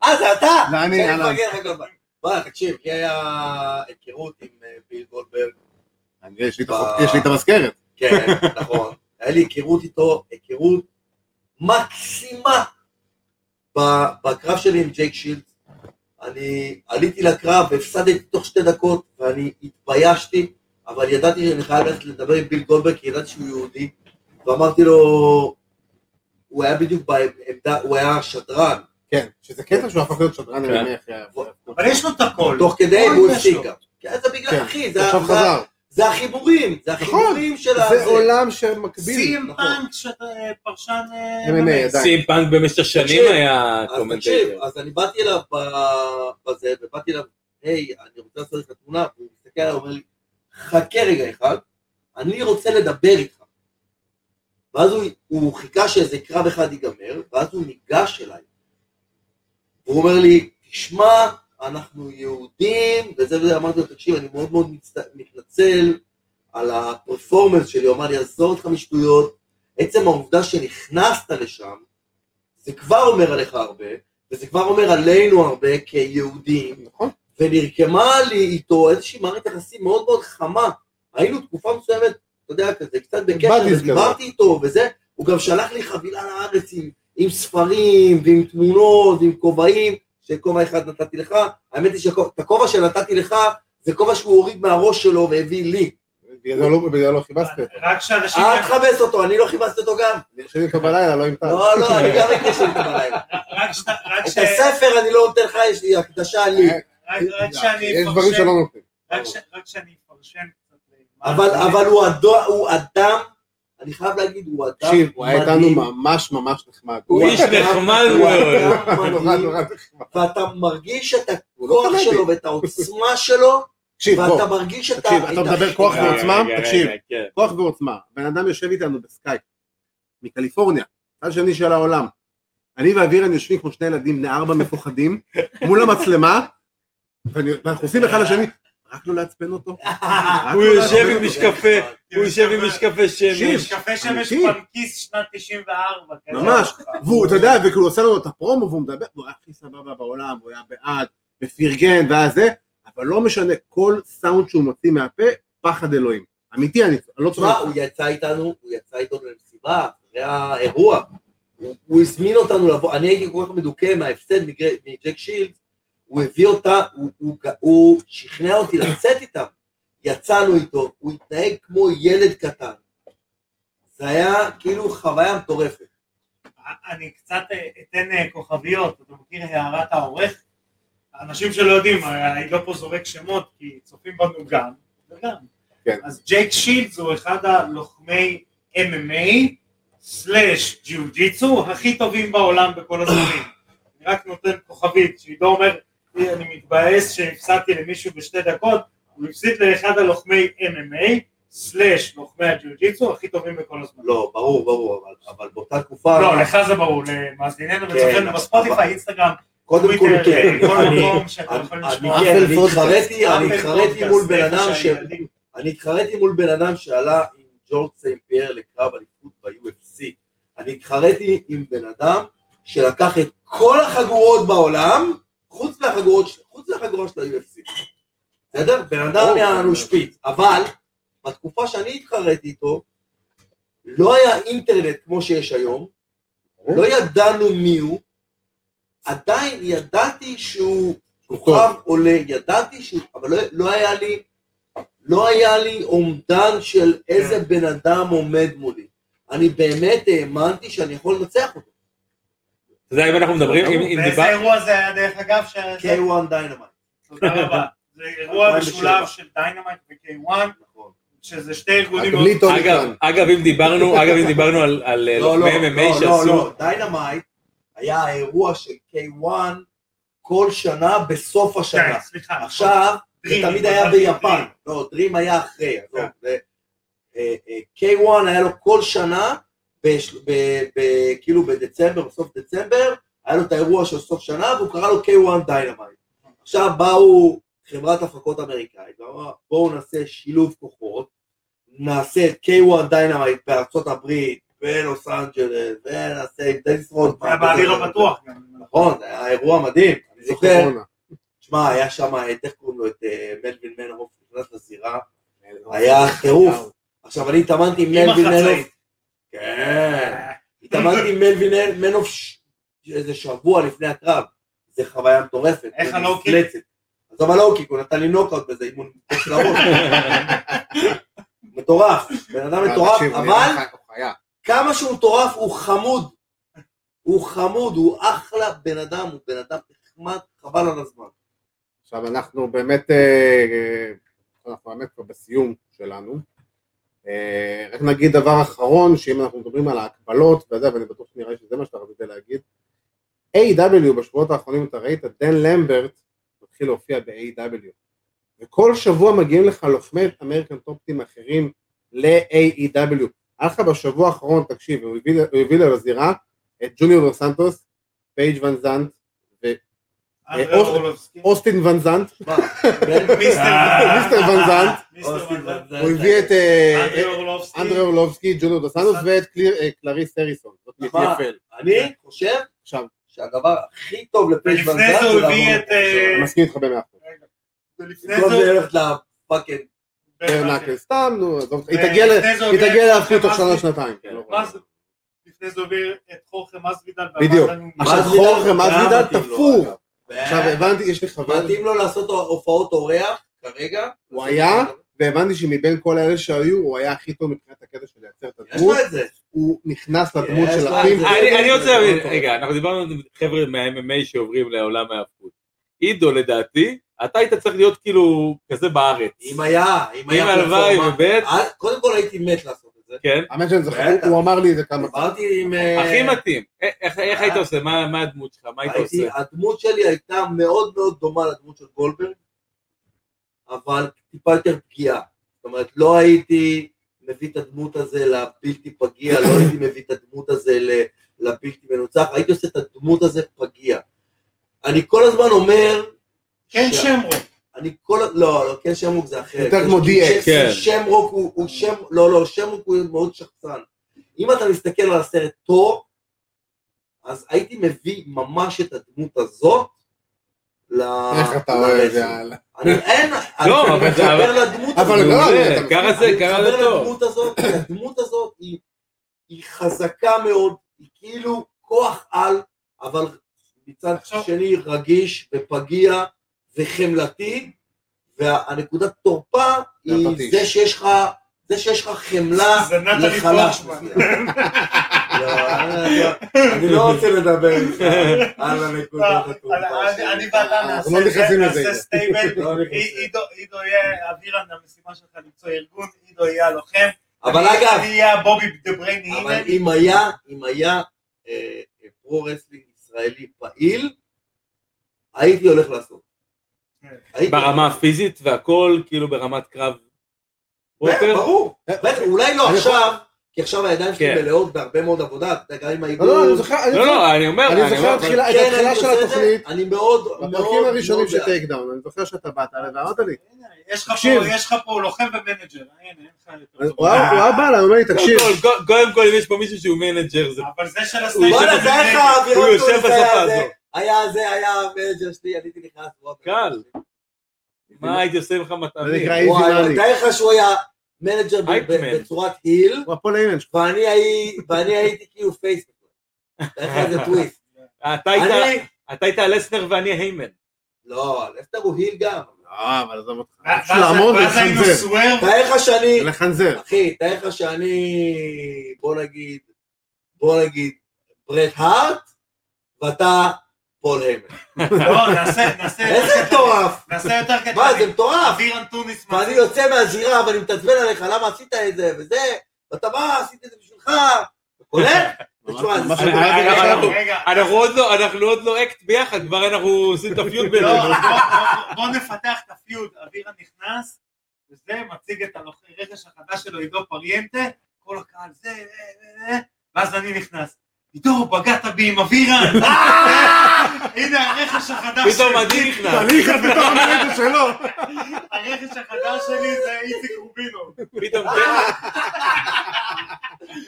אה, זה אתה?
ואני
שאני
אהלן.
מפגר בכל פעם. בוא'נה, תקשיב, לי היה היכרות עם אה, ביל גולדברג.
אני- יש לי את החוק- יש לי את המזכרת.
כן, נכון. היה לי היכרות איתו, היכרות מקסימה ב- בקרב שלי עם ג'ייק שילד. אני עליתי לקרב והפסדתי תוך שתי דקות ואני התביישתי, אבל ידעתי שאני חייב ללכת לדבר עם ביל גולדברג כי ידעתי שהוא יהודי, ואמרתי לו, הוא היה בדיוק בעמדה, הוא היה שדרן,
כן, שזה קטע שהוא הפך להיות שדרן
כן.
MMA אחרי ה...
אבל יש לו את הכל.
תוך כדי
אוי,
הוא
יש
הפסיק
לו.
גם. כן, זה בגלל,
כן,
אחי, זה-
עכשיו
זה-
חזר. נכון.
זה החיבורים, זה החיבורים של ה...
זה עולם שמקביל.
סים
נכון.
פאנק שאתה אה, פרשן... אה,
MMA עדיין.
סים פאנק במשך שנים
תקשיב, אה,
היה
אז תקשיב,
קומנטר.
אז אני באתי אליו ב- בזה, ובאתי אליו, היי, אני רוצה לעשות את התמונה, והוא מסתכל עליי, אומר לי, חכה רגע אחד, אני רוצה לדבר איתך. ואז הוא, הוא חיכה שאיזה קרב אחד ייגמר, ואז הוא ניגש אליי. והוא אומר לי, תשמע, אנחנו יהודים, וזה וזה, אמרתי לו, תקשיב, אני מאוד מאוד מצט- מתנצל על הפרפורמנס שלי, הוא אמר לי, עזוב אותך משטויות, עצם העובדה שנכנסת לשם, זה כבר אומר עליך הרבה, וזה כבר אומר עלינו הרבה כיהודים,
נכון.
ונרקמה לי איתו איזושהי מערכת יחסים מאוד מאוד חמה. היינו תקופה מסוימת, אתה יודע, כזה קצת בקשר,
Buddies
ודיברתי איתו וזה, הוא גם שלח לי חבילה לארץ עם, עם ספרים ועם תמונות ועם כובעים, שכובע אחד נתתי לך, האמת היא שאת הכובע שנתתי לך, זה כובע שהוא הוריד מהראש שלו והביא לי.
בגלל זה לא- בגלל זה לא חיבסתי אותו.
רק שאנשים...
אה,
אל תכבס אותו, אני לא כיבסתי אותו גם.
יושב איתו בלילה, לא עם טעם.
לא, לא, אני גם הקדשתי אותו בלילה.
רק ש- רק
את
ש-
הספר אני לא נותן לך, יש לי הקדשה לי.
רק- רק לא שאני
יש דברים
אפרשן,
שלא נותנים.
רק ש- רק שאני אפרשן קצת. אה, למה-
אבל
אה.
אבל הוא אדו- הוא אדם, אני חייב להגיד, הוא אדם
תקשיב, הוא היה איתנו
מדהים.
ממש ממש נחמד.
הוא איש
אדם-
נחמד
הוא
מאוד.
אדם
נורא,
מדהים,
נורא נחמד.
ואתה מרגיש את
הוא לא
הכוח
קומדי.
שלו ואת העוצמה שלו,
תקשיב, בוא,
ואתה מרגיש את ה... אה.
תקשיב, אתה
את
מדבר
החיבה.
כוח
רגע,
ועוצמה?
רגע,
תקשיב.
רגע, כן.
כוח ועוצמה. בן אדם יושב איתנו בסקייפ, מקליפורניה, צד שני של העולם. אני ואבירן יושבים כמו שני ילדים בני ארבע מפוחדים, מול המצלמה, ואני- ואנחנו עושים אחד לשני, רק לא לעצבן אותו. רק
אה, הוא
לא
יושב
לעצבן
(laughs) עם
אותו."
משקפי, הוא יושב עם משקפי
תקשיב.
שמש.
משקפי שמש
אמיתי.
פנקיס שנת כן? 94. כזה.
ממש, והוא, אתה יודע, וכאילו הוא עושה לנו את הפרומו, והוא מדבר, הוא היה הכי סבבה בעולם, הוא היה בעד, ופרגן, והיה זה, אבל לא משנה, כל סאונד שהוא מוציא מהפה, פחד אלוהים. אמיתי, אני אני לא צוחק.
תשמע, הוא יצא איתנו, הוא יצא איתנו למסיבה, אחרי האירוע. הוא- הוא הזמין אותנו לבוא, אני הייתי כל כך מדוכא מההפסד מגר- מג'ק שילד, הוא הביא אותה, הוא- הוא- הוא שכנע אותי לצאת איתם. יצאנו איתו, הוא התנהג כמו ילד קטן. זה היה כאילו חוויה מטורפת.
אני קצת אה, אתן אה, כוכביות, אתה מכיר הערת העורך? אנשים שלא יודעים, אה, אני לא פה זורק שמות, כי צופים בנו גם וגם.
כן.
אז ג'ייק שילדס הוא אחד הלוחמי MMA סלאש ג'יו ג'יצו הכי טובים בעולם בכל הזמנים. אני רק נותן כוכבית, שעידו אומר, "אה, אני מתבאס שהפסדתי למישהו בשתי דקות, הוא הפסיד לאחד הלוחמי MMA סלאש לוחמי הג'יו ג'יצו הכי טובים בכל הזמנים.
לא, ברור, ברור, אבל- אבל באותה תקופה...
לא, לך זה ברור, למאזיננו וצופינו בספוטיפיי, אינסטגרם,
כן, נכון. קודם כל,
טוויטר,
כן.
כל
אני-
מקום שאתם יכולים
אני-
לשמוע.
כן, אני
פודקאסט.
התחרתי, אני
אפל
התחרתי
פודקאסט,
מול בן
איפה
אדם ש...
שהילדים-
אני התחרתי מול בן אדם שעלה עם ג'ורג' סן פייר לקרב אליפות ב-UFC. אני התחרתי עם בן אדם שלקח את כל החגורות בעולם, חוץ מהחגורות, של- חוץ מהחגורה של ה-UFC. בסדר? בן אדם היה לנו שפיץ. אבל, בתקופה שאני התחרתי איתו, לא היה אינטרנט כמו שיש היום, לא ידענו מי הוא, עדיין ידעתי שהוא כוכב עולה, ידעתי שהוא, אבל לא, לא היה לי, לא היה לי אומדן של איזה בן אדם עומד מולי. אני באמת האמנתי שאני יכול לנצח אותו.
אתה יודע אם אנחנו מדברים, אם- אם
ואיזה
דיברנו,
אירוע זה היה דרך אגב,
(laughs)
ש...
K1 דיינמייט.
תודה רבה. זה
(laughs)
אירוע
2007.
משולב של דיינמייט ו-K1,
נכון.
שזה שתי ארגונים
רק בלי טוני
אגב,
כאן.
אגב אם דיברנו, אגב אם דיברנו על- על אה,
לא, לא,
לוחמי MMA
לא, לא,
שעשו,
לא, דיינמייט היה האירוע של K1 כל שנה בסוף השנה.
כן, סליחה.
עכשיו, זה
Dream,
תמיד היה
אבל זה
ביפן.
Dream.
לא, דרים היה אחרי. עזוב,
כן.
זה- אה, אה, K1 היה לו כל שנה, בש- ב- ב- כאילו בדצמבר, בסוף דצמבר, היה לו את האירוע של סוף שנה, והוא קרא לו K1 דיינמייט. עכשיו באו חברת הפקות אמריקאית, ואמרה, בואו נעשה שילוב כוחות, נעשה את K1 דיינמייט בארצות הברית, בלוס אנג'לס, ונעשה עם דניס
זה
רודמן.
היה באוויר הפתוח גם.
נכון, זה היה אירוע מדהים. אני זוכר,
קורונה.
שמע, היה שם, את- איך קוראים לו, את אה, מלווין מנהוף נכנס לזירה, היה טירוף. עכשיו, אני התאמנתי עם
עם
מלווין מנהוף,
החצאית.
כן, התאמנתי עם מלווין מנהוף ש- איזה שבוע לפני הקרב, זה חוויה מטורפת.
איך הלואו-קיק?
מפלצת. עזוב הלואו-קיק, הוא נתן לי נוקאוט בזה, אימון מפלצת לראש. מטורף, בן אדם מטורף,
תקשיב, הוא
אבל
היה חיה.
כמה שהוא מטורף, הוא חמוד. הוא חמוד, הוא אחלה בן אדם, הוא בן אדם נחמד, חבל על הזמן.
עכשיו אנחנו באמת, אה, אה, אנחנו באמת כבר בסיום שלנו. אה, רק נגיד דבר אחרון, שאם אנחנו מדברים על ההקבלות, וזה, ואני בטוח שנראה לי שזה מה שאתה רצית להגיד, A.W. בשבועות האחרונים אתה ראית, דן למברט מתחיל להופיע ב-A.W. וכל שבוע מגיעים לך לוחמי אמריקן טופטים אחרים ל-A.E.W. היה לך בשבוע האחרון, תקשיב, הוא הביא- הוא הביא לזירה את ג'וניור דו סנטוס, פייג' ון זנט
אה,
אנדרי אה, אורלובסקי.
אוסטין ון זנט,
מה? בן-
(laughs) מיסטר
אה, מיסטר ון זנט,
מיסטר ון זנט.
הוא הביא את אה,
אנדרי אורלובסקי.
אנדרי אורלובסקי, ג'ונו דו סנטוס
סנטוס.
ואת קליר- אה, קלריס הריסון. זאת
נכון.
יפל.
אני חושב
עכשיו,
שהדבר הכי טוב לפייג'
ולפני זה הוא הביא את... אה,
אני מסכים איתך במאה אחוז.
ולפני
במקום
זה הוא-
זה ללכת לפאקינג... אה,
ברן נקל, סתם, נו, עזוב אותך. היא
ולפני
תגיע ל-
זה הוא
היא
הביא
תגיע
את
לאפילו תוך
חוכם
שנה
אסלי.
שנתיים. לא,
כן, מה זה? לפני זה הוא הביא את חורכה מזוידל. ואמר
בדיוק.
לנו,
לא. עכשיו
מזוידל
חורכה
גם
מזוידל
מתאים לו,
תפור.
כאילו, אגב.
עכשיו הבנתי, יש לי חבר,
אה, מתאים לו לעשות הופעות אורח כרגע.
הוא היה, והבנתי שמבין כל האלה שהיו, הוא היה הכי טוב מבחינת הקטע של לייצר את
יש לו
הדמות,
את זה.
הוא נכנס לדמות
יש
של
לו
הפים,
את זה.
אני אני רוצה
זה
להבין,
לא
רגע, אנחנו דיברנו על חבר'ה מה-MMA שעוברים לעולם ההפקות. עידו, לדעתי, אתה היית צריך להיות כאילו כזה בארץ.
אם היה, אם
אם
היה
הלוואי
פלטפורמה.
ובית,
אז- קודם כל הייתי מת לעשות את זה.
כן.
האמת שאני זוכר,
בטח.
הוא אמר לי את זה כמה פעמים,
דיברתי עם... אה,
הכי מתאים. א- איך איך
אה.
היית עושה? מה מה הדמות שלך? מה היית
הייתי-
עושה?
הדמות שלי הייתה מאוד מאוד דומה לדמות של גולדברג, אבל טיפה יותר פגיעה. זאת אומרת, לא הייתי מביא את הדמות הזה לבלתי פגיע, לא הייתי מביא את הדמות הזה ל- לבלתי מנוצח, הייתי עושה את הדמות הזה פגיע. אני כל הזמן אומר...
כן
ש-
שמרון.
אני כל... לא, לא, כן שמרוק זה אחרת.
יותר כמו
כי
DX,
ש-
כן.
שמרוק הוא, הוא שם... לא, לא, שמרוק הוא מאוד שחצן. אם אתה מסתכל על הסרט טוב, אז הייתי מביא ממש את הדמות הזאת ל...
איך אתה
לרשת.
אוהב את זה, יאללה.
אני אין...
לא,
אני
אבל זה-
מתחבר לדמות
אבל
הזאת.
לא,
מעולה,
אתה-
ככה זה,
אני
ככה זה
מתחבר
טוב.
לדמות הזאת, כי הדמות הזאת היא, היא חזקה מאוד, היא כאילו כוח על, אבל מצד
עכשיו-
שני רגיש ופגיע וחמלתי, והנקודת תורפה
זה
היא
הפטיש.
זה שיש לך, זה שיש לך חמלה
זה נטלי
לחלש.
פורטמן.
מסוים. לא, אני לא- אני לא רוצה לדבר איתך על
לא,
הנקודת
אבל
התורפה
אה, אני- אני
שלי.
ואתה
אנחנו
נעשה-
לא נכנסים לזה.
נעשה סטייבל,
לא נכנסים.
אי- עידו- עידו יהיה אבירן, המשימה שלך למצוא ארגון, עידו יהיה הלוחם, אני-
אבל אגב,
אני אהיה הבובי דה ברייני
אבל
הימן,
אם היה, אם היה אה, אה, פרו-רסלינג ישראלי פעיל, הייתי הולך לעשות.
כן.
הייתי-
ברמה הפיזית והכל, כאילו ברמת קרב
כן,
פרופר.
ברור. בטח, אולי לא
אני
עכשיו, כי עכשיו הידיים שלי
כן.
מלאות בהרבה מאוד עבודה, אתה יודע, גם עם האיגוד.
לא, לא, אני זוכר, אני
לא,
זוכר,
לא, אני אומר,
אני
אני
זוכר
אומר,
את התחילה- את
כן,
התחילה
אני
של
עושה את זה,
התוכנית,
אני מאוד, מאוד,
בפרקים הראשונים
מאוד
של
בעד.
טייק דאון, אני זוכר שאתה באת אליי ואמרת לי,
הנה, יש לך פה-
תקשיב.
יש לך פה לוחם ומנג'ר, הנה, אין לך יותר
אה,
טוב.
הוא היה הוא היה בא אליי, הוא אומר לי, תקשיב,
קודם כל, קודם כל, אם יש פה מישהו שהוא מנג'ר, זה
אה, אבל זה של
וואלה, זה היה לך
הסטייבל,
אווירת
הוא יושב
טוניס, היה
בשפה
זה,
הזו.
היה זה, היה המנג'ר שלי, עליתי נכנס. וואו.
קל. מה הייתי עושה לך
זה
מטעמים?
נקרא איזי
וואי,
מאני,
תאר לך שהוא היה מנג'ר ב-
הייפמן.
ב- בצורת היל.
הוא הפועל איימן שלך,
ואני, הי... ואני הייתי כאילו פייסבוק. איך זה (laughs) טוויסט.
אתה היית-
אני...
אתה היית הלסנר ואני היימן.
לא, לסטר הוא היל גם.
לא, אבל עזוב אותך,
ואז-
של לעמוד
ואז היינו
ולחנזר,
סוורב,
(laughs) תאר לך שאני...
לחנזר,
אחי, תאר לך שאני... בוא נגיד... בוא נגיד... ברט הארט, ואתה פול (laughs) המר.
לא, נעשה, נעשה,
איזה מטורף!
נעשה יותר קטן,
מה, זה מטורף!
אבירן טוניס,
ואני יוצא מהזירה ואני מתעצבן עליך, למה עשית את זה וזה, ואתה בא, עשיתי את זה בשבילך, אתה (laughs) קולט? תשמע, זה
ממש
אני-
מדבר
אני-
עכשיו.
אנחנו-
אה, רגע,
אנחנו עוד לא, אנחנו עוד לא אקט ביחד, כבר אנחנו עושים את הפיוט
לא,
בינינו.
בוא- בוא- בוא נפתח את הפיוד, אבירן נכנס, וזה מציג את הרכש החדש שלו, עידו פריאנטה, כל הקהל זה, אה, אה, אה, ואז אני נכנס. עידו, בגעת בי עם
(laughs)
אבירן! אה, הנה הרכש החדש
פתאום
שלי.
אני נכנס,
תהליך את בתוך המנג'ר שלו,
הרכש החדש שלי זה איציק רובינו.
פתאום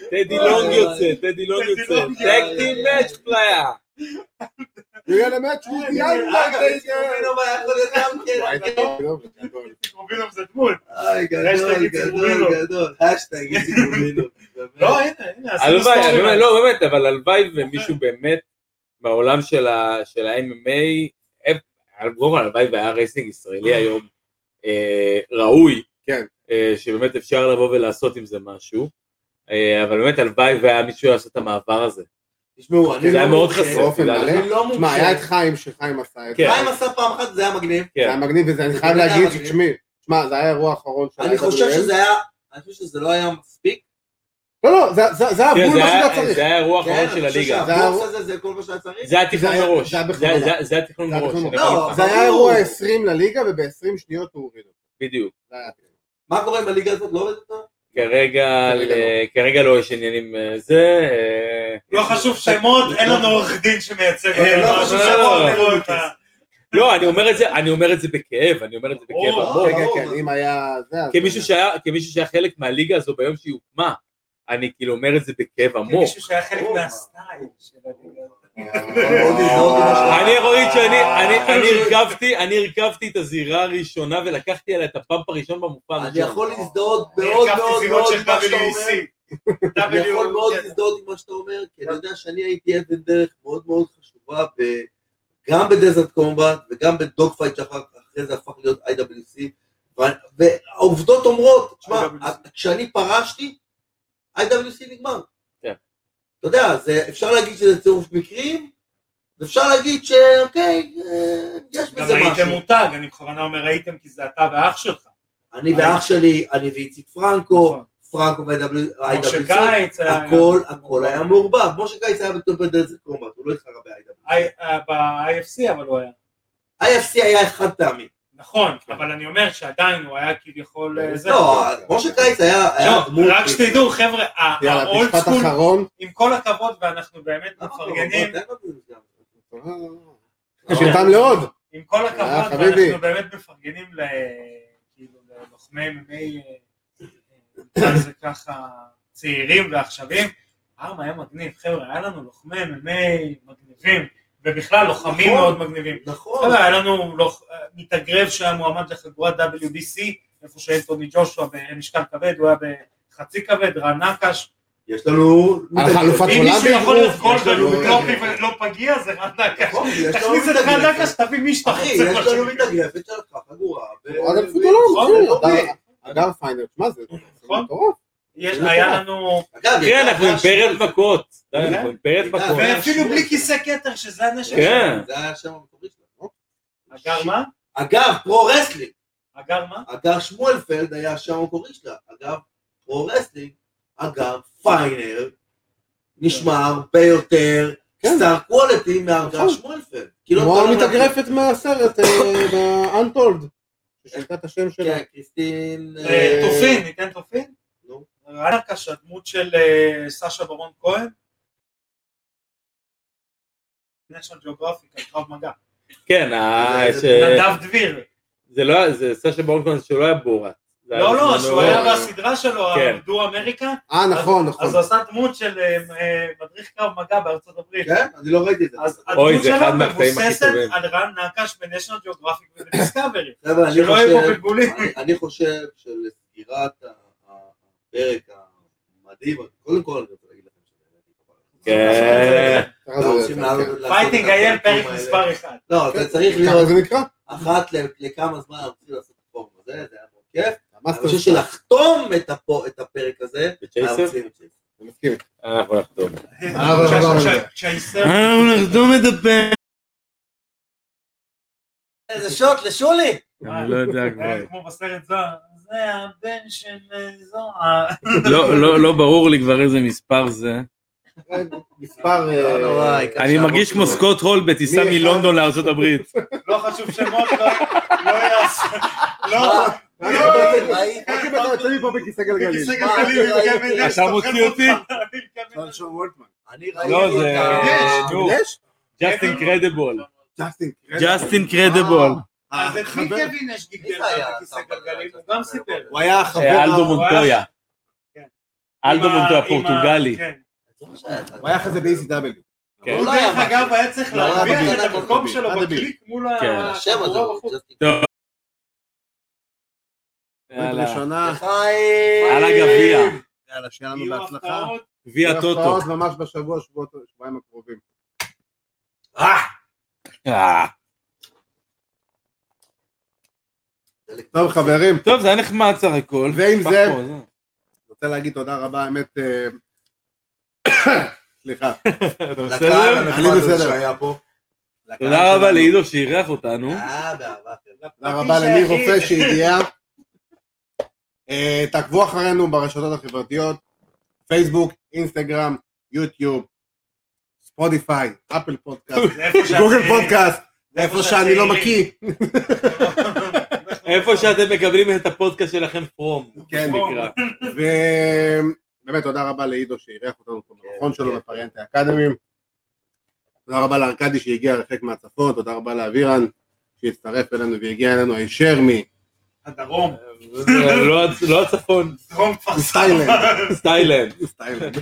טדי- טדי לונג יוצא, טדי לונג
טדי
יוצא,
לונג.
טק טים מאץ' פלייר.
הוא יהיה למאץ' הוא יאללה,
אגב,
זה-
יש לו בעיה, יכול להיות גם
וואי,
כן.
גדול, גדול.
איציק רובינו זה דמות.
איי, גדול,
השטג
גדול,
איציק
גדול, השטג איציק רובינו.
לא, הנה, הנה, עשינו
הלוואי, אני אומר,
סטורי.
לא באמת, אבל הלוואי ומישהו באמת בעולם של ה- של ה-MMA, אה, קודם כל הלוואי והיה רייסינג ישראלי היום אה, ראוי,
כן.
אה, שבאמת אפשר לבוא ולעשות עם זה משהו, אה, אבל באמת הלוואי והיה מישהו לעשות את המעבר הזה.
תשמעו,
אה,
אני
זה היה
לא
מאוד
מומחה.
חשוף.
באופן
אני
מלא,
אני לא
תשמע, היה את
מומחה.
חיים, שחיים עשה את זה,
כן.
חיים עשה פעם אחת, זה היה מגניב.
זה היה
כן,
מגניב, וזה, אני
זה
חייב
באמת היה
להגיד
מגניב.
שתשמעי, תשמע, זה היה האירוע האחרון של
אני חושב
ה-IWL.
שזה היה, אני חושב שזה לא היה מספיק.
לא, לא, זה- זה זה היה
כן,
בול
זה
מה
היה-
שאתה צריך.
זה היה האירוע
כן,
האחרון של
אני חושב
הליגה.
זה היה-
שהבוקס הזה זה כל מה שהיה צריך.
זה היה תכנון
זה היה-
מראש,
זה היה
זה-
בכוונה.
זה- זה היה תכנון
זה היה
מראש,
תכנון
אני
מראש.
יכול
לא,
לך.
זה היה
ברור.
אירוע 20 לליגה, וב-20 שניות הוא הוריד אותו.
בדיוק.
זה היה-
מה קורה עם הליגה הזאת? לא עובדת אותה?
כרגע
כרגע
ל- כרגע לא יש עניינים אה, זה. אה,
לא חשוב לא שמות, אין לנו עורך דין שמייצג
אה, לא
אותנו.
חשוב
לא,
שמות,
לא,
אין
לא,
לנו
אתה-
לא, אני אומר את זה, אני אומר את זה בכאב, אני אומר את זה בכאב
ברור,
עמוק.
כן, כן, כן, אם היה... זה, אז-
כמישהו שהיה- כמישהו שהיה חלק מהליגה הזו ביום שהיא הוקמה, אני כאילו אומר את זה בכאב עמוק.
מישהו שהיה חלק מהסטייל של הליגה.
אני רועי שאני, אני- אני הרכבתי, אני הרכבתי את הזירה הראשונה ולקחתי עליה את הפאמפ הראשון במופע
אני
הראשון.
יכול להזדהות
אני
מאוד
הרכבתי
מאוד
זירות
מאוד
של
עם מה שאתה אומר.
WEC.
אני יכול מאוד
כן.
להזדהות עם מה שאתה אומר, כי אני יודע שאני הייתי אבן דרך מאוד מאוד חשובה, ב- גם בדזרט קומבט וגם בדוג פייט שאחרי זה הפך להיות IWC, ו- והעובדות אומרות, תשמע,
IWC.
כשאני פרשתי, IWC נגמר.
כן.
אתה יודע, זה- אפשר להגיד שזה צירוף מקרים, ואפשר להגיד שאוקיי, אה, יש
גם
בזה
הייתם
משהו.
מותג, אני בכוונה אומר הייתם כי זה אתה ואח שלך.
אני ואח שלי, אני ואיציק פרנקו,
נכון.
פרנקו
משה
ו-IWC.
קיץ היה...
הכל, הכל
לא
היה מעורבב. משה קיץ היה בטופ בדלת קומבט, הוא לא התחרה ב-IW.
I- אה, ב-IFC אבל הוא היה.
IFC היה חד פעמי.
נכון, אבל אני אומר שעדיין הוא היה כביכול... אה, זה.
כן. לא, משה קיץ היה... היה
לא,
דמות-
רק שתדעו חבר'ה,
יאללה,
האולד
משפט
סקול,
אחרון.
עם כל הכבוד ואנחנו באמת
למה אתה לא
מפרגנים,
נותן לנו את זה?
שרתם לעוד.
עם כל
אה,
הכבוד
חביבי.
ואנחנו באמת מפרגנים ל... כאילו ללוחמי MMA, אה, נקרא לזה ככה, צעירים ועכשווים, העם היה מגניב, חבר'ה, היה לנו לוחמי MMA מגניבים, ובכלל לוחמים
נכון.
מאוד מגניבים.
לא-
נכון.
חבר'ה, היה לנו לוח- מתאגרף שהיה מועמד לחגורת WBC, איפה שאנטוני ג'ושוע במשקל כבד, הוא היה בחצי כבד, רן נקש.
יש לנו...
על חלופת
אם מישהו
הולנדי?
יכול להיות
יש
גולדברג
לנו-
ולא פי- לא פגיע, זה רן נקש.
נכון, יש לנו
תכניס את רן
מתאגרפת.
כן.
נקש, תביא מי שאתה
אחי,
רוצה.
יש
משהו.
לנו מתאגרפת שלקחה חגורה. ו-
אדם
ו-
פוטולוג,
נכון.
אדם פיינר, שמע זה
נכון.
מטורף.
יש-
זה
היה
מטורף.
לנו...
אגב,
כן,
תראה, כן, אנחנו עם
זה היה-
פרץ מכות. די, אנחנו עם פרץ
אה,
מכות.
זה היה
ואפילו
שיר.
בלי כיסא כתר, שזה הנשק שלו.
כן.
זה היה השם המקורי שלו. לא?
אגר מה?
אגב, פרו-רסלינג.
אגר מה?
אגב, שמואלפלד היה השם המקורי שלה. אגב, פרו-רסלינג. אגב, פיינר. נשמע הרבה יותר סטאר קוולטי מארגר
כן. נכון.
שמואלפלד. כאילו,
כמו
אתה לא
המתאגרפת מהסרט, אה, ב-untold, ששינתה את השם
מבין.
שלה.
כן, קריסטין...
אה,
אה,
תופין, ניתן תופין?
נו.
רן נקש, הדמות של אה, סשה ברון כהן. national geographic, על קרב מגע.
כן, ה-
זה-
ש-
נדב דביר.
זה לא היה, זה סשה בורנקמן שלא היה בורת. זה היה
לא, לא,
בזמנו-
שהוא היה בסדרה שלו,
כן.
דו אמריקה,
אה, נכון, נכון.
אז הוא עשה דמות של אה, אה, מדריך קרב מגע בארצות הברית.
כן? אני לא ראיתי את זה.
אז
אוי,
הדמות
זה
שלו
אחד מהקטעים הכי
מבוססת
טובים.
על רן נקש בניישנל ג'אוגרפיק ובדיסקאברי.
חבר'ה, אני
שלא יהיו פה
חושב-
בלבולים.
אני- אני חושב שלסגירת ה- ה- הפרק המדהים, קודם כל אני רוצה להגיד לכם שנהניתי פה.
כן.
ככה
אנחנו
זה-
רוצים לעלות-
כן.
לעשות
פייטינג
את
אייל פרק
הפרקים האלה.
מספר אחד.
לא, זה צריך
ככה
להיות
זה נקרא?
אחת ל- לכמה זמן אנחנו צריכים לעשות את הפורום הזה, זה היה מאוד כיף. אני
המאסטר
חושב שלחתום את הפו- את הפרק הזה, אנחנו
בצ'ייסר?
צריכים את זה.
אני מסכים.
אנחנו נחתום.
אבל- אבל- אבל-
כשה- כשהישראל-
איזה שוט לשולי.
אני לא יודע
(laughs)
כבר.
כמו בסרט זוהר, זה הבן של אה, זוהר.
לא- לא- לא ברור לי כבר איזה מספר זה.
מספר... אה,
לא נורא, העיקר
אני מרגיש כמו סקוט הול בטיסה
מי אחד?
מלונדון לארצות הברית.
לא חשוב שמות, לא לא יעשה. לא,
מה?
אה, אה, אה,
ראית?
איך אם אתה יוצא מפה בכיסא גלגלים?
בכיסא גלגלים,
מה?
עם קווין נש,
אתה מוציא אותי?
עם קווין נש.
אני
לא, זה...
כן,
ראיתי אותה.
נו,
יש?
just incredible.
ג'סטין.
just incredible.
אה,
אז את מי
חבר-
קווין נש גידל
מי זה היה?
בכיסא גלגלים? הוא גם
לא
סיפר.
הוא היה החבר
אה, אלדו
ה-
מונטויה.
כן.
אלדו
עם ה-
מונטויה,
עם ה-
פורטוגלי.
כן.
הוא היה אחרי זה ב-ECW.
כן.
הוא
אולי
דרך
אבל-
אגב היה צריך
לא, אבל-
להרוויח את המקום
אבל-
שלו
אבל-
בקליק מול
כן.
השם הזה,
החבורה לא בחוץ.
ג'סטין.
טוב. יאללה.
ראשונה.
חיים.
אה, על הגביע.
יאללה, שיהיה לנו
יהיו
בהצלחה.
הפרעות.
גביע טוטו.
הפתעות ממש בשבוע, שבועות, שבועיים הקרובים.
אה.
טוב חברים,
טוב, זה היה נחמד סך הכל.
ועם
פח
זה-
פה, זהו.
רוצה להגיד תודה רבה, האמת... אה, (coughs) סליחה.
אתה בסדר?
לקהל
אני
הנחמד הזה
בסדר.
שהיה פה. לקהל
תודה רבה
שלנו.
לעידו שאירח אותנו.
אה, באהבה.
תודה רבה לניר רופא שהגיע. אה, תעקבו אחרינו ברשתות החברתיות, פייסבוק, אינסטגרם, יוטיוב, ספוטיפיי, אפל פודקאסט,
(laughs)
זה איפה שהצעירים-
גוגל פודקאסט,
זה
איפה שאני לא
שהצעירים-
מקיא.
איפה שאתם מקבלים את הפודקאסט שלכם פרום.
כן.
נקרא.
ובאמת תודה רבה לעידו שאירח אותנו פה
כן,
במכון שלו בפריאנטי האקדמיים. תודה רבה לארקדי שהגיע רחק מהצפון, תודה רבה לאבירן, שהצטרף אלינו והגיע אלינו הישר
(laughs)
הדרום,
זה לא הצ- לא הצפון,
דרום כפר
מסטיילנד.
סבא.
סטיילנד.
מסטיילנד.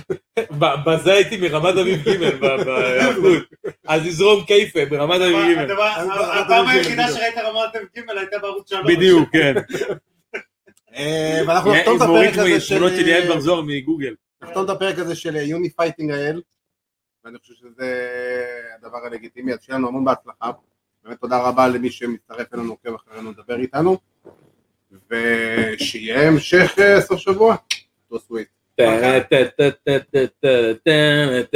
ב- בזה הייתי מרמת אביב ג' ב- בהיערכות. אז יזרום כיפה ברמת אביב ג'.
הדבר- הפעם היחידה שראית רמת ג' הייתה בערוץ שלוש.
בדיוק, כן.
אה, ואנחנו נחתום את
מוריד
הפרק הזה
מתמונות של יעל
של... אה,
בר-זוהר מגוגל.
נחתום את הפרק הזה של אה, יוניפייטינג האל, ואני חושב שזה הדבר הלגיטימי, אז שיהיה לנו המון בהצלחה. באמת תודה רבה למי שמצטרף אלינו, עוקב אחרינו, לדבר איתנו, ושיהיה המשך אה, סוף שבוע. תעשו את זה.
טה, טה, טה, טה, טה, טה, טה.